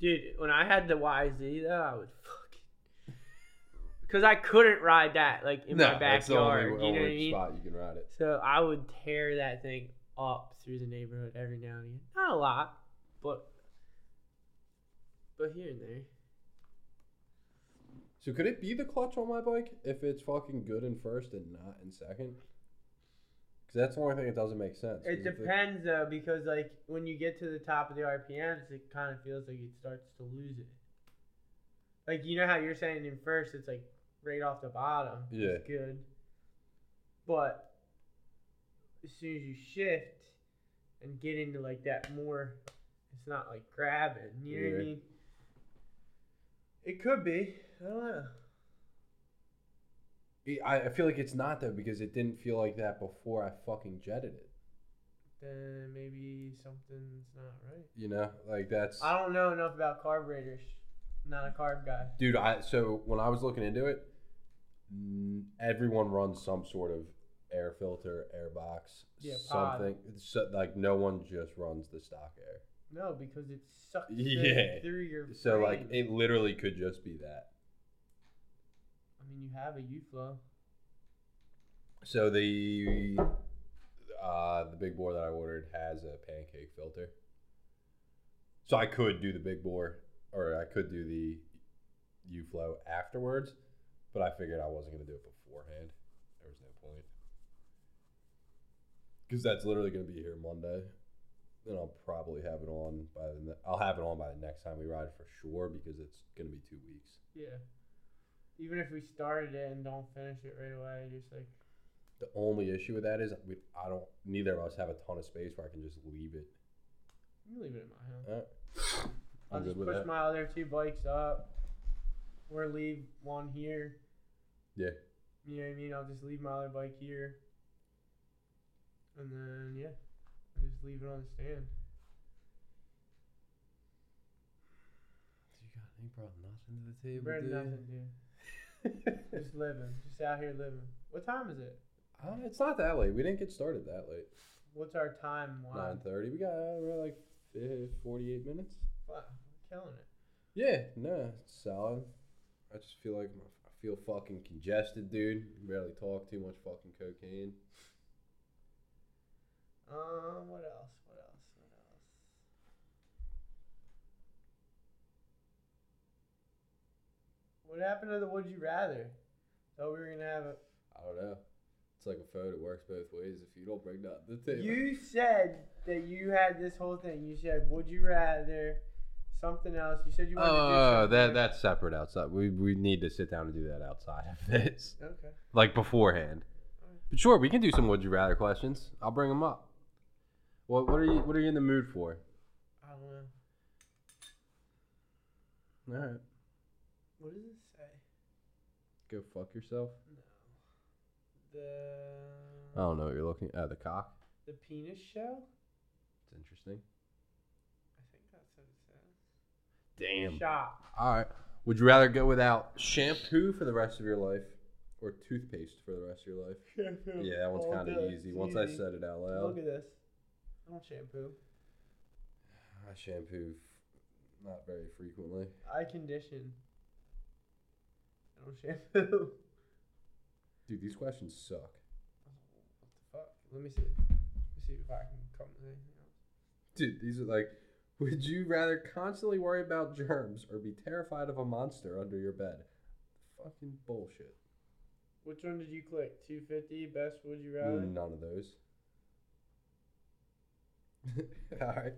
S1: Dude, when I had the YZ though, I would fucking because I couldn't ride that like in my
S2: that's the only-
S1: backyard. you know what I mean?
S2: spot you can ride it.
S1: So I would tear that thing up through the neighborhood every now and again. Not a lot, but but here and there.
S2: So could it be the clutch on my bike if it's fucking good in first and not in second? Because that's the only thing that doesn't make sense. 'Cause
S1: It
S2: if the-
S1: depends though, because like when you get to the top of the RPMs, it kind of feels like it starts to lose it. Like you know how you're saying in first, it's like right off the bottom. It's good. But as soon as you shift and get into like that more, it's not like grabbing. You know what I
S2: Yeah.
S1: mean? It could be. I don't know.
S2: It- I I feel like it's not though because it didn't feel like that before I fucking jetted it.
S1: Then maybe something's not right.
S2: You know, like that's
S1: I don't know enough about carburetors. Not a carb guy.
S2: dude. I so when I was looking into it, n- everyone runs some sort of air filter, air box,
S1: Yeah, pod.
S2: something. So, like no one just runs the stock air.
S1: No, because it sucks
S2: [laughs] Yeah.
S1: it through your.
S2: So like
S1: brain.
S2: it literally could just be that.
S1: I mean, you have a U flow.
S2: So the uh, the big bore that I ordered has a pancake filter. So I could do the big bore, or I could do the U flow afterwards, but I figured I wasn't gonna do it beforehand. There was no point because that's literally gonna be here Monday. Then I'll probably have it on by the. Ne- I'll have it on by the next time we ride for sure because it's gonna be two weeks.
S1: Yeah. Even if we started it and don't finish it right away, just like
S2: The only issue with that is we, I don't. Neither of us have a ton of space where I can just leave it
S1: you can leave it in my house.
S2: Alright.
S1: I'll
S2: I'm
S1: just
S2: good with
S1: push
S2: that.
S1: my other two bikes up, or leave one here.
S2: Yeah.
S1: You know what I mean? I'll just leave my other bike here, and then yeah, I just leave it on the stand.
S2: You got any brought nothing to the table,
S1: Better than nothing,
S2: [laughs]
S1: dude.
S2: dude.
S1: Just living, just out here living. What time is it?
S2: uh, it's not that late. We didn't get started that late.
S1: What's our time? Wow,
S2: Nine thirty. We got uh, we're like eh, forty-eight minutes.
S1: wow we're killing it.
S2: Yeah, no, it's solid. I just feel like my, I feel fucking congested, dude. Barely talk. Too much fucking cocaine.
S1: Um, what else? What else? What else? What happened to the would you rather? Thought we were gonna have a.
S2: I don't know. It's like a phone. It works both ways. If you don't bring nothing to the table,
S1: You said that you had this whole thing. You said would you rather something else. You said you wanted
S2: Oh,
S1: to do
S2: that
S1: something.
S2: that's separate outside. We we need to sit down and do that outside of this,
S1: Okay.
S2: like beforehand. But sure, we can do some would you rather questions. I'll bring them up. What what are you what are you in the mood for?
S1: I don't know.
S2: All right,
S1: What does it say?
S2: go fuck yourself.
S1: No. The.
S2: I don't know what you're looking. at. the cock.
S1: The penis shell.
S2: It's interesting.
S1: I think that's what it says.
S2: Damn.
S1: Shop.
S2: All right. Would you rather go without shampoo for the rest of your life or toothpaste for the rest of your life? Yeah, that one's
S1: Mm, All
S2: kind of
S1: good.
S2: easy. Once I said it out loud.
S1: Look at this. I don't shampoo.
S2: I shampoo f- not very frequently.
S1: I condition. I don't [laughs] shampoo.
S2: Dude, these questions suck.
S1: what the fuck? Let me see. Let me see if I can come with anything else.
S2: Dude, these are like, would you rather constantly worry about germs or be terrified of a monster under your bed? Fucking bullshit.
S1: Which one did you click? 250, best would you rather?
S2: None of those. [laughs] All right.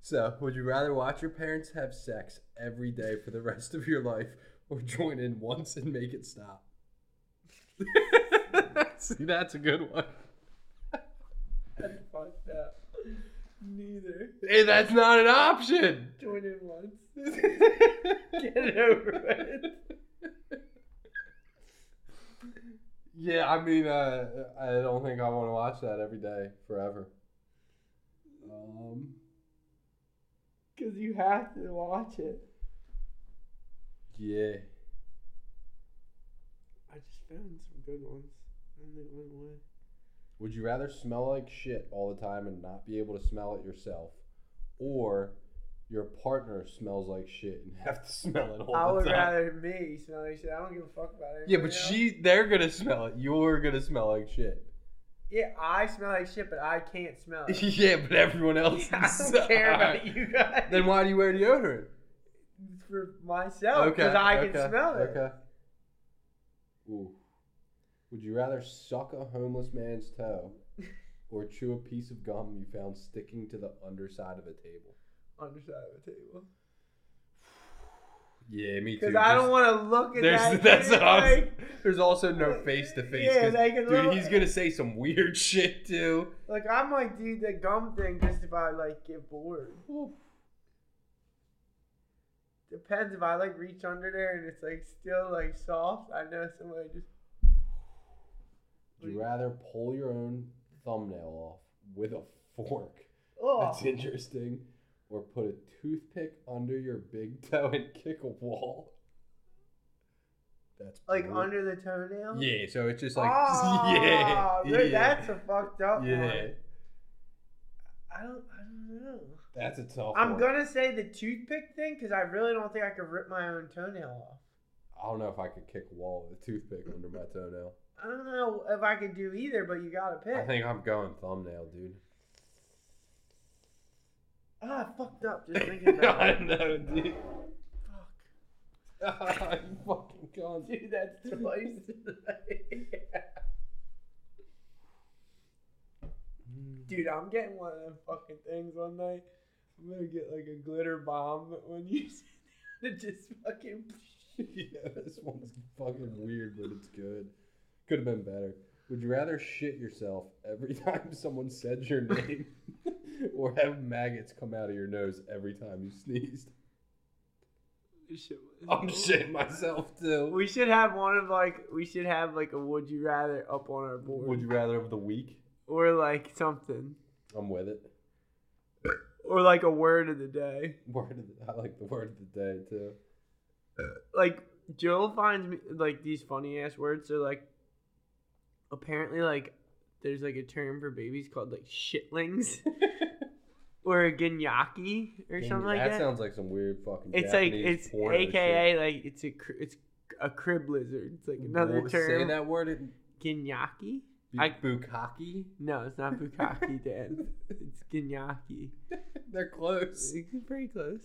S2: So, would you rather watch your parents have sex every day for the rest of your life or join in once and make it stop? [laughs] See, that's a good one.
S1: [laughs] That's fucked up. [laughs] Neither.
S2: Hey, that's not an option.
S1: Join in once. [laughs]
S2: Get
S1: over it. [laughs]
S2: Yeah, I mean, uh, I don't think I want to watch that every day forever. Um,
S1: Because you have to watch it.
S2: yeah.
S1: I just found some good ones. And they went away.
S2: Would you rather smell like shit all the time and not be able to smell it yourself, or your partner smells like shit and [laughs] have to smell it all
S1: I
S2: the
S1: would
S2: time?
S1: rather me smell like shit. I don't give a fuck about it.
S2: yeah, but she—they're gonna smell it. You're gonna smell like shit. [laughs]
S1: Yeah, I smell like shit, but I can't smell it. [laughs]
S2: yeah, but everyone else.
S1: I don't care about you guys.
S2: [laughs] Then why do you wear deodorant?
S1: It's for myself, because I can smell it.
S2: Okay. Ooh. Would you rather suck a homeless man's toe or chew a piece of gum you found sticking to the underside of a table?
S1: Underside of the table.
S2: [sighs] Yeah, me too.
S1: Because I don't want to look at
S2: there's,
S1: that.
S2: [laughs] that's
S1: dude,
S2: what I was-
S1: like-
S2: there's also no face to face.
S1: Yeah,
S2: 'cause,
S1: like a
S2: dude,
S1: little-
S2: he's gonna say some weird [laughs] shit too.
S1: Like I might do the gum thing just if I like get bored. Depends if I like reach under there and it's like still like soft. I know somebody just
S2: Would you rather pull your own thumbnail off with a fork?
S1: oh
S2: That's interesting. Or put a toothpick under your big toe and kick a wall. That's
S1: like
S2: brutal.
S1: under the toenail.
S2: Yeah, so it's just like [laughs]
S1: oh,
S2: yeah,
S1: dude,
S2: yeah,
S1: that's a fucked up
S2: yeah.
S1: one. I don't, I don't know.
S2: That's a tough.
S1: I'm
S2: one.
S1: gonna say the toothpick thing because I really don't think I could rip my own toenail off.
S2: I don't know if I could kick a wall with a toothpick under my toenail.
S1: I don't know if I could do either, but you gotta pick.
S2: I think I'm going thumbnail,
S1: [laughs]
S2: dude.
S1: ah, I fucked up just
S2: [laughs]
S1: thinking about it.
S2: know, dude.
S1: Fuck.
S2: [laughs] I'm fucking gone.
S1: Dude, that's twice [laughs] today.
S2: Mm.
S1: Dude, I'm getting one of them fucking things one night. I'm gonna get like a glitter bomb that when you [laughs] sit down, it just fucking. [laughs]
S2: [laughs] yeah, this one's fucking weird, but it's good. Could have been better. Would you rather shit yourself every [laughs] time someone said your name, [laughs] or have maggots come out of your nose every time you sneezed? I'm shitting myself too.
S1: We should have one of like we should have like a would you rather up on our board
S2: Would you rather of the week?
S1: or like something
S2: I'm with it.
S1: or like a word of the day.
S2: Word of the, I like the word of the day too.
S1: like Jill finds me like these funny ass words. So like, apparently like there's like a term for babies called like shitlings [laughs] or a ginyaki or something like that.
S2: sounds like some weird fucking.
S1: it's like
S2: Japanese
S1: it's
S2: porno shit.
S1: AKA like it's a cr- it's a crib lizard. It's like another
S2: Wha- Say
S1: term.
S2: that word. in-
S1: Ginyaki?
S2: Bu-
S1: I-
S2: bukkake?
S1: No, it's not bukkake, Dan. It's ginyaki.
S2: [laughs] They're close.
S1: It's pretty close.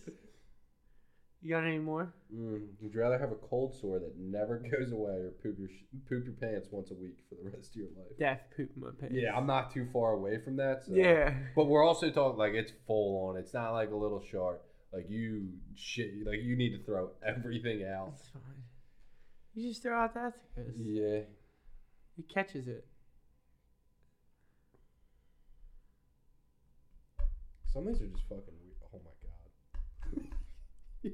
S1: You got any more?
S2: Mm, would you rather have a cold sore that never [laughs] goes away or poop your sh- poop your pants once a week for the rest of your life?
S1: Death poop in my pants.
S2: Yeah, I'm not too far away from that. So.
S1: Yeah.
S2: But we're also talking like it's full on. It's not like a little short. Like you shit. Like you need to throw [laughs] everything out.
S1: It's fine. You just throw out the ethicus.
S2: Yeah.
S1: He catches it.
S2: Some of these are just fucking weird. Oh my god. [laughs] Would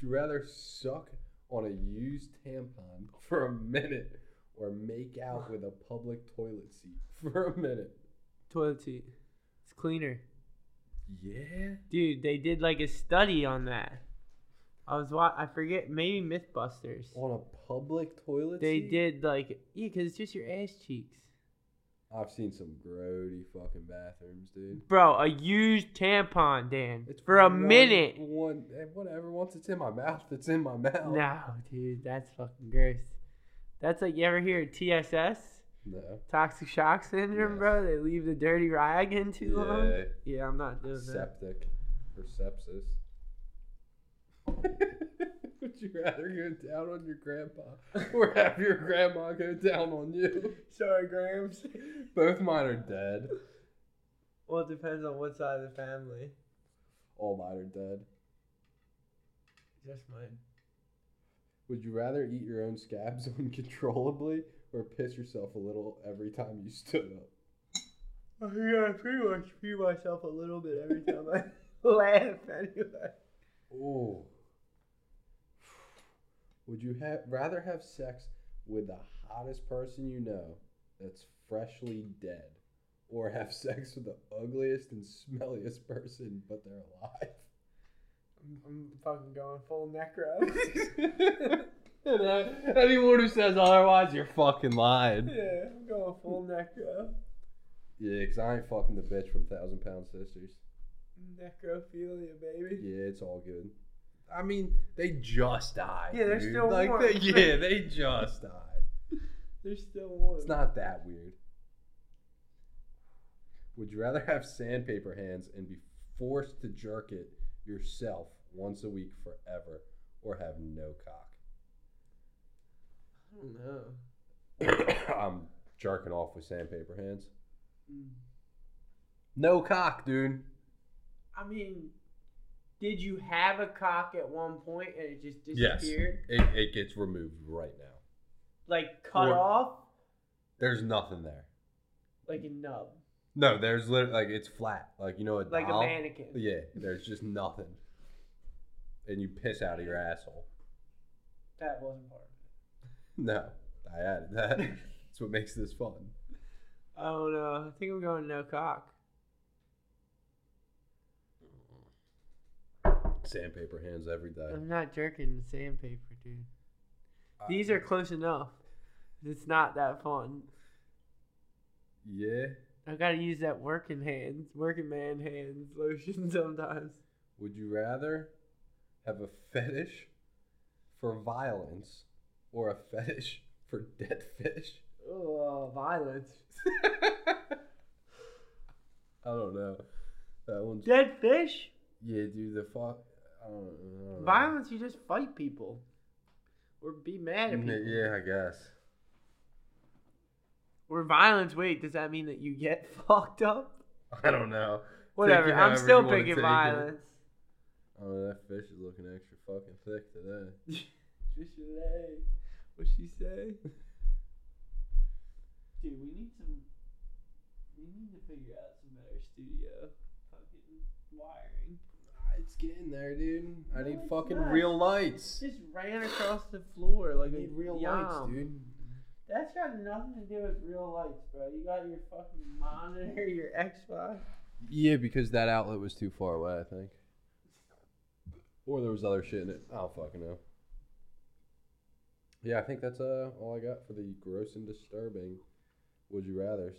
S2: you rather suck on a used tampon for a minute or make out with a public toilet seat for a minute?
S1: Toilet seat. It's cleaner.
S2: Yeah.
S1: Dude, they did like a study on that. I was wa- I forget maybe MythBusters.
S2: On a public toilet
S1: They
S2: seat?
S1: did like yeah, cause it's just your ass cheeks,
S2: I've seen some grody fucking bathrooms, dude.
S1: bro. A used tampon, Dan, for a
S2: one-
S1: minute.
S2: One, eh, whatever. Once it's in my mouth, [laughs] it's in my mouth.
S1: No, dude, that's fucking gross. That's like you ever hear of TSS,
S2: No.
S1: toxic shock syndrome,
S2: Yes.
S1: bro? They leave the dirty rag in too long.
S2: Yeah.
S1: Yeah, I'm not doing that.
S2: Septic or sepsis. Would [laughs] Would you rather go down on your grandpa [laughs] or have your grandma go down on you?
S1: Sorry, Grams.
S2: Both mine are dead.
S1: Well, it depends on what side of the family.
S2: All mine are dead.
S1: That's mine.
S2: Would you rather eat your own scabs [laughs] uncontrollably or piss yourself a little every time you stood up?
S1: I gotta pretty much pee myself a little bit every time I [laughs] laugh anyway.
S2: Oh. Would you ha- rather have sex with the hottest person you know that's freshly dead or have [laughs] sex with the ugliest and smelliest person but they're alive?
S1: I'm, I'm fucking going full necro.
S2: [laughs] and, uh, anyone who says otherwise, you're fucking
S1: [laughs]
S2: lying.
S1: yeah, I'm going full necro.
S2: Yeah, because I ain't fucking the bitch from Thousand Pound Sisters.
S1: Necrophilia, baby.
S2: Yeah, it's all good. I mean, they just died.
S1: Yeah, they're
S2: dude.
S1: still
S2: like
S1: warm.
S2: they, yeah, [laughs] they just died.
S1: There's still one.
S2: It's not that weird. Would you rather have sandpaper hands and be forced to jerk it yourself once a week forever or have no
S1: I don't know.
S2: cock? [coughs] I'm jerking off with sandpaper hands.
S1: Mm.
S2: No cock, dude.
S1: I mean, did you have a cock at one point and it just
S2: Yes.
S1: disappeared?
S2: It, it gets removed right now.
S1: Like cut
S2: Or-
S1: off?
S2: There's nothing there.
S1: Like a nub.
S2: No, there's literally like it's flat. Like you know a
S1: Like
S2: doll?
S1: a mannequin.
S2: Yeah, there's just nothing. And you piss out of your asshole. [laughs]
S1: That wasn't part of it.
S2: No, I added
S1: [laughs]
S2: that. That's what makes this fun.
S1: Oh no, I think I'm going no cock.
S2: Sandpaper hands every day.
S1: I'm not jerking the sandpaper, dude.
S2: Uh,
S1: These are close enough. It's not that fun.
S2: Yeah.
S1: I gotta use that working hands, working man hands lotion [laughs] sometimes.
S2: Would you rather have a fetish for violence or a fetish for dead fish?
S1: Oh,
S2: [laughs]
S1: violence.
S2: I don't know. That one's.
S1: Dead fish?
S2: Yeah, dude, the fuck. I don't, I don't know.
S1: Violence, you just fight people. Or be mad at people.
S2: Mm, Yeah, I guess. [laughs]
S1: Or violence, wait, does that mean that you get [laughs] fucked up?
S2: I don't know.
S1: Whatever,
S2: it
S1: I'm
S2: however
S1: still
S2: you wanna take
S1: picking
S2: it.
S1: violence.
S2: Oh, that fish is looking extra fucking thick today.
S1: Trishule. What'd she say? Dude, we need some. We need to figure out some better studio fucking wiring.
S2: Ah, It's getting there, dude. I
S1: No,
S2: need
S1: it's
S2: fucking
S1: not.
S2: real lights.
S1: Just ran across the floor like
S2: I
S1: a
S2: need real lights,
S1: yum.
S2: dude.
S1: That's got nothing to do with real lights, bro. You got your fucking monitor, your Xbox.
S2: Yeah, because that outlet was too far away, I think. Or there was other shit in it. I don't fucking know. Yeah, I think that's uh, all I got for the gross and disturbing would you rather's.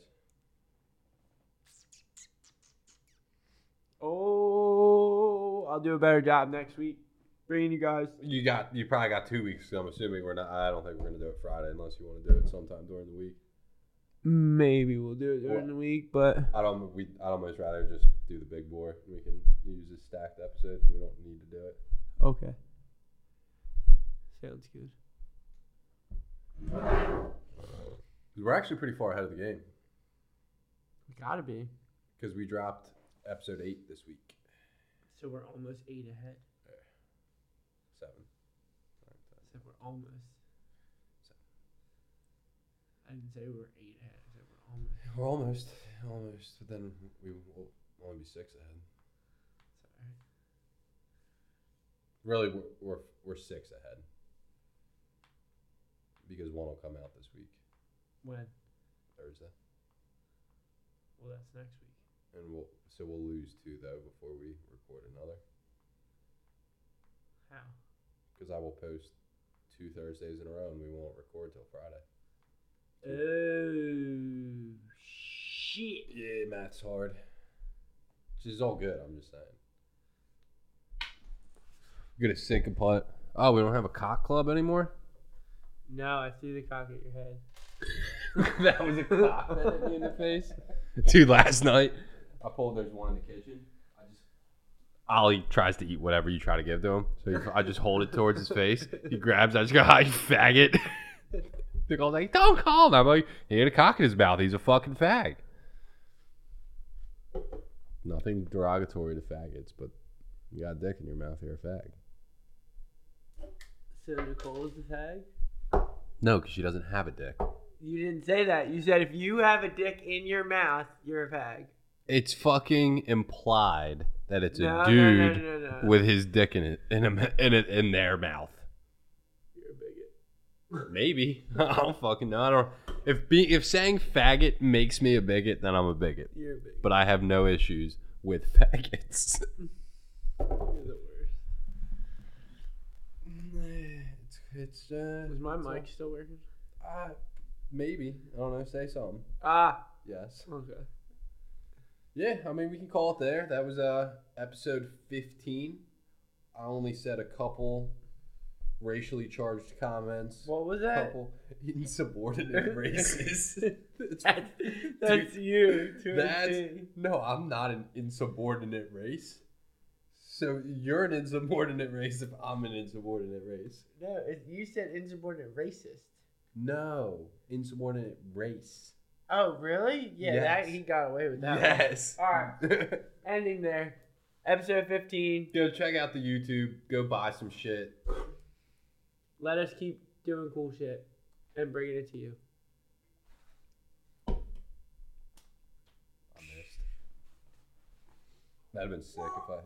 S1: Oh, I'll do a better job next week. Bringing you guys.
S2: You got you probably got two weeks. I'm assuming we're not. I don't think we're gonna do it Friday unless you want to do it sometime during the week.
S1: Maybe we'll do it during
S2: What?
S1: the week, but
S2: I'd almost we I'd almost rather just do the big boy. We can use a stacked episode. We don't need to do it.
S1: okay. Sounds good.
S2: We're actually pretty far ahead of the game
S1: Gotta be.
S2: because we dropped episode eight this week.
S1: So we're almost eight ahead.
S2: Seven.
S1: So we're almost. I didn't say we're eight ahead. I said we're almost.
S2: We're almost, almost. But then we will only be six ahead.
S1: Sorry.
S2: Really, we're we're, we're six ahead because one will come out this week,
S1: When?
S2: Thursday,
S1: Well, that's next week.
S2: and we'll so we'll lose two though before we record another
S1: How?
S2: because I will post two Thursdays in a row and we won't record till Friday.
S1: Oh shit!
S2: Yeah, math's hard. Which is all good. I'm just saying. We're gonna sink a putt. Oh, we don't have a cock club anymore.
S1: No, I threw the cock at your head.
S2: [laughs] that was a cock that hit me [laughs] in the face. Dude, last night I pulled. There's one in the kitchen. I just Ollie tries to eat whatever you try to give to him. So he, I just hold it towards his face. He grabs. I just go, [laughs] "Ah, you faggot." Nicole's like, "Don't call him." I'm like, "He had a cock in his mouth. He's a fucking fag." Nothing derogatory to faggots, but you got a dick in your mouth. You're a fag.
S1: So Nicole's the tag?
S2: No, because she doesn't have a dick.
S1: You didn't say that. You said if you have a dick in your mouth, you're a fag.
S2: It's fucking implied that it's
S1: No,
S2: a
S1: no,
S2: dude
S1: no, no, no, no.
S2: with his dick in it in a, in it in their mouth.
S1: You're a bigot.
S2: Maybe [laughs] I don't fucking know. I don't. If be, if saying faggot makes me a bigot, then I'm a bigot.
S1: You're a bigot.
S2: But I have no issues with [laughs] faggots.
S1: You're the worst.
S2: It's it's uh,
S1: Is my mic still working?
S2: Uh, maybe I don't know. Say something.
S1: Ah,
S2: Yes.
S1: okay.
S2: Yeah, I mean, we can call it there. That was uh, episode 15. I only said a couple racially charged comments.
S1: What was
S2: a
S1: that?
S2: couple
S1: [laughs]
S2: insubordinate races. It's-
S1: That's,
S2: [laughs]
S1: that's you. Two and
S2: that's-
S1: two.
S2: no, I'm not an insubordinate race. So you're an insubordinate race if I'm an insubordinate race.
S1: No, it, you said insubordinate racist.
S2: No, insubordinate race.
S1: Oh, really? Yeah, that
S2: Yes.
S1: he got away with that. one.
S2: Yes.
S1: All right. Ending there. Episode 15.
S2: [laughs] Go check out the YouTube. Go buy some shit.
S1: Let us keep doing cool shit and bringing it to you.
S2: I missed. That'd have been sick if I hit.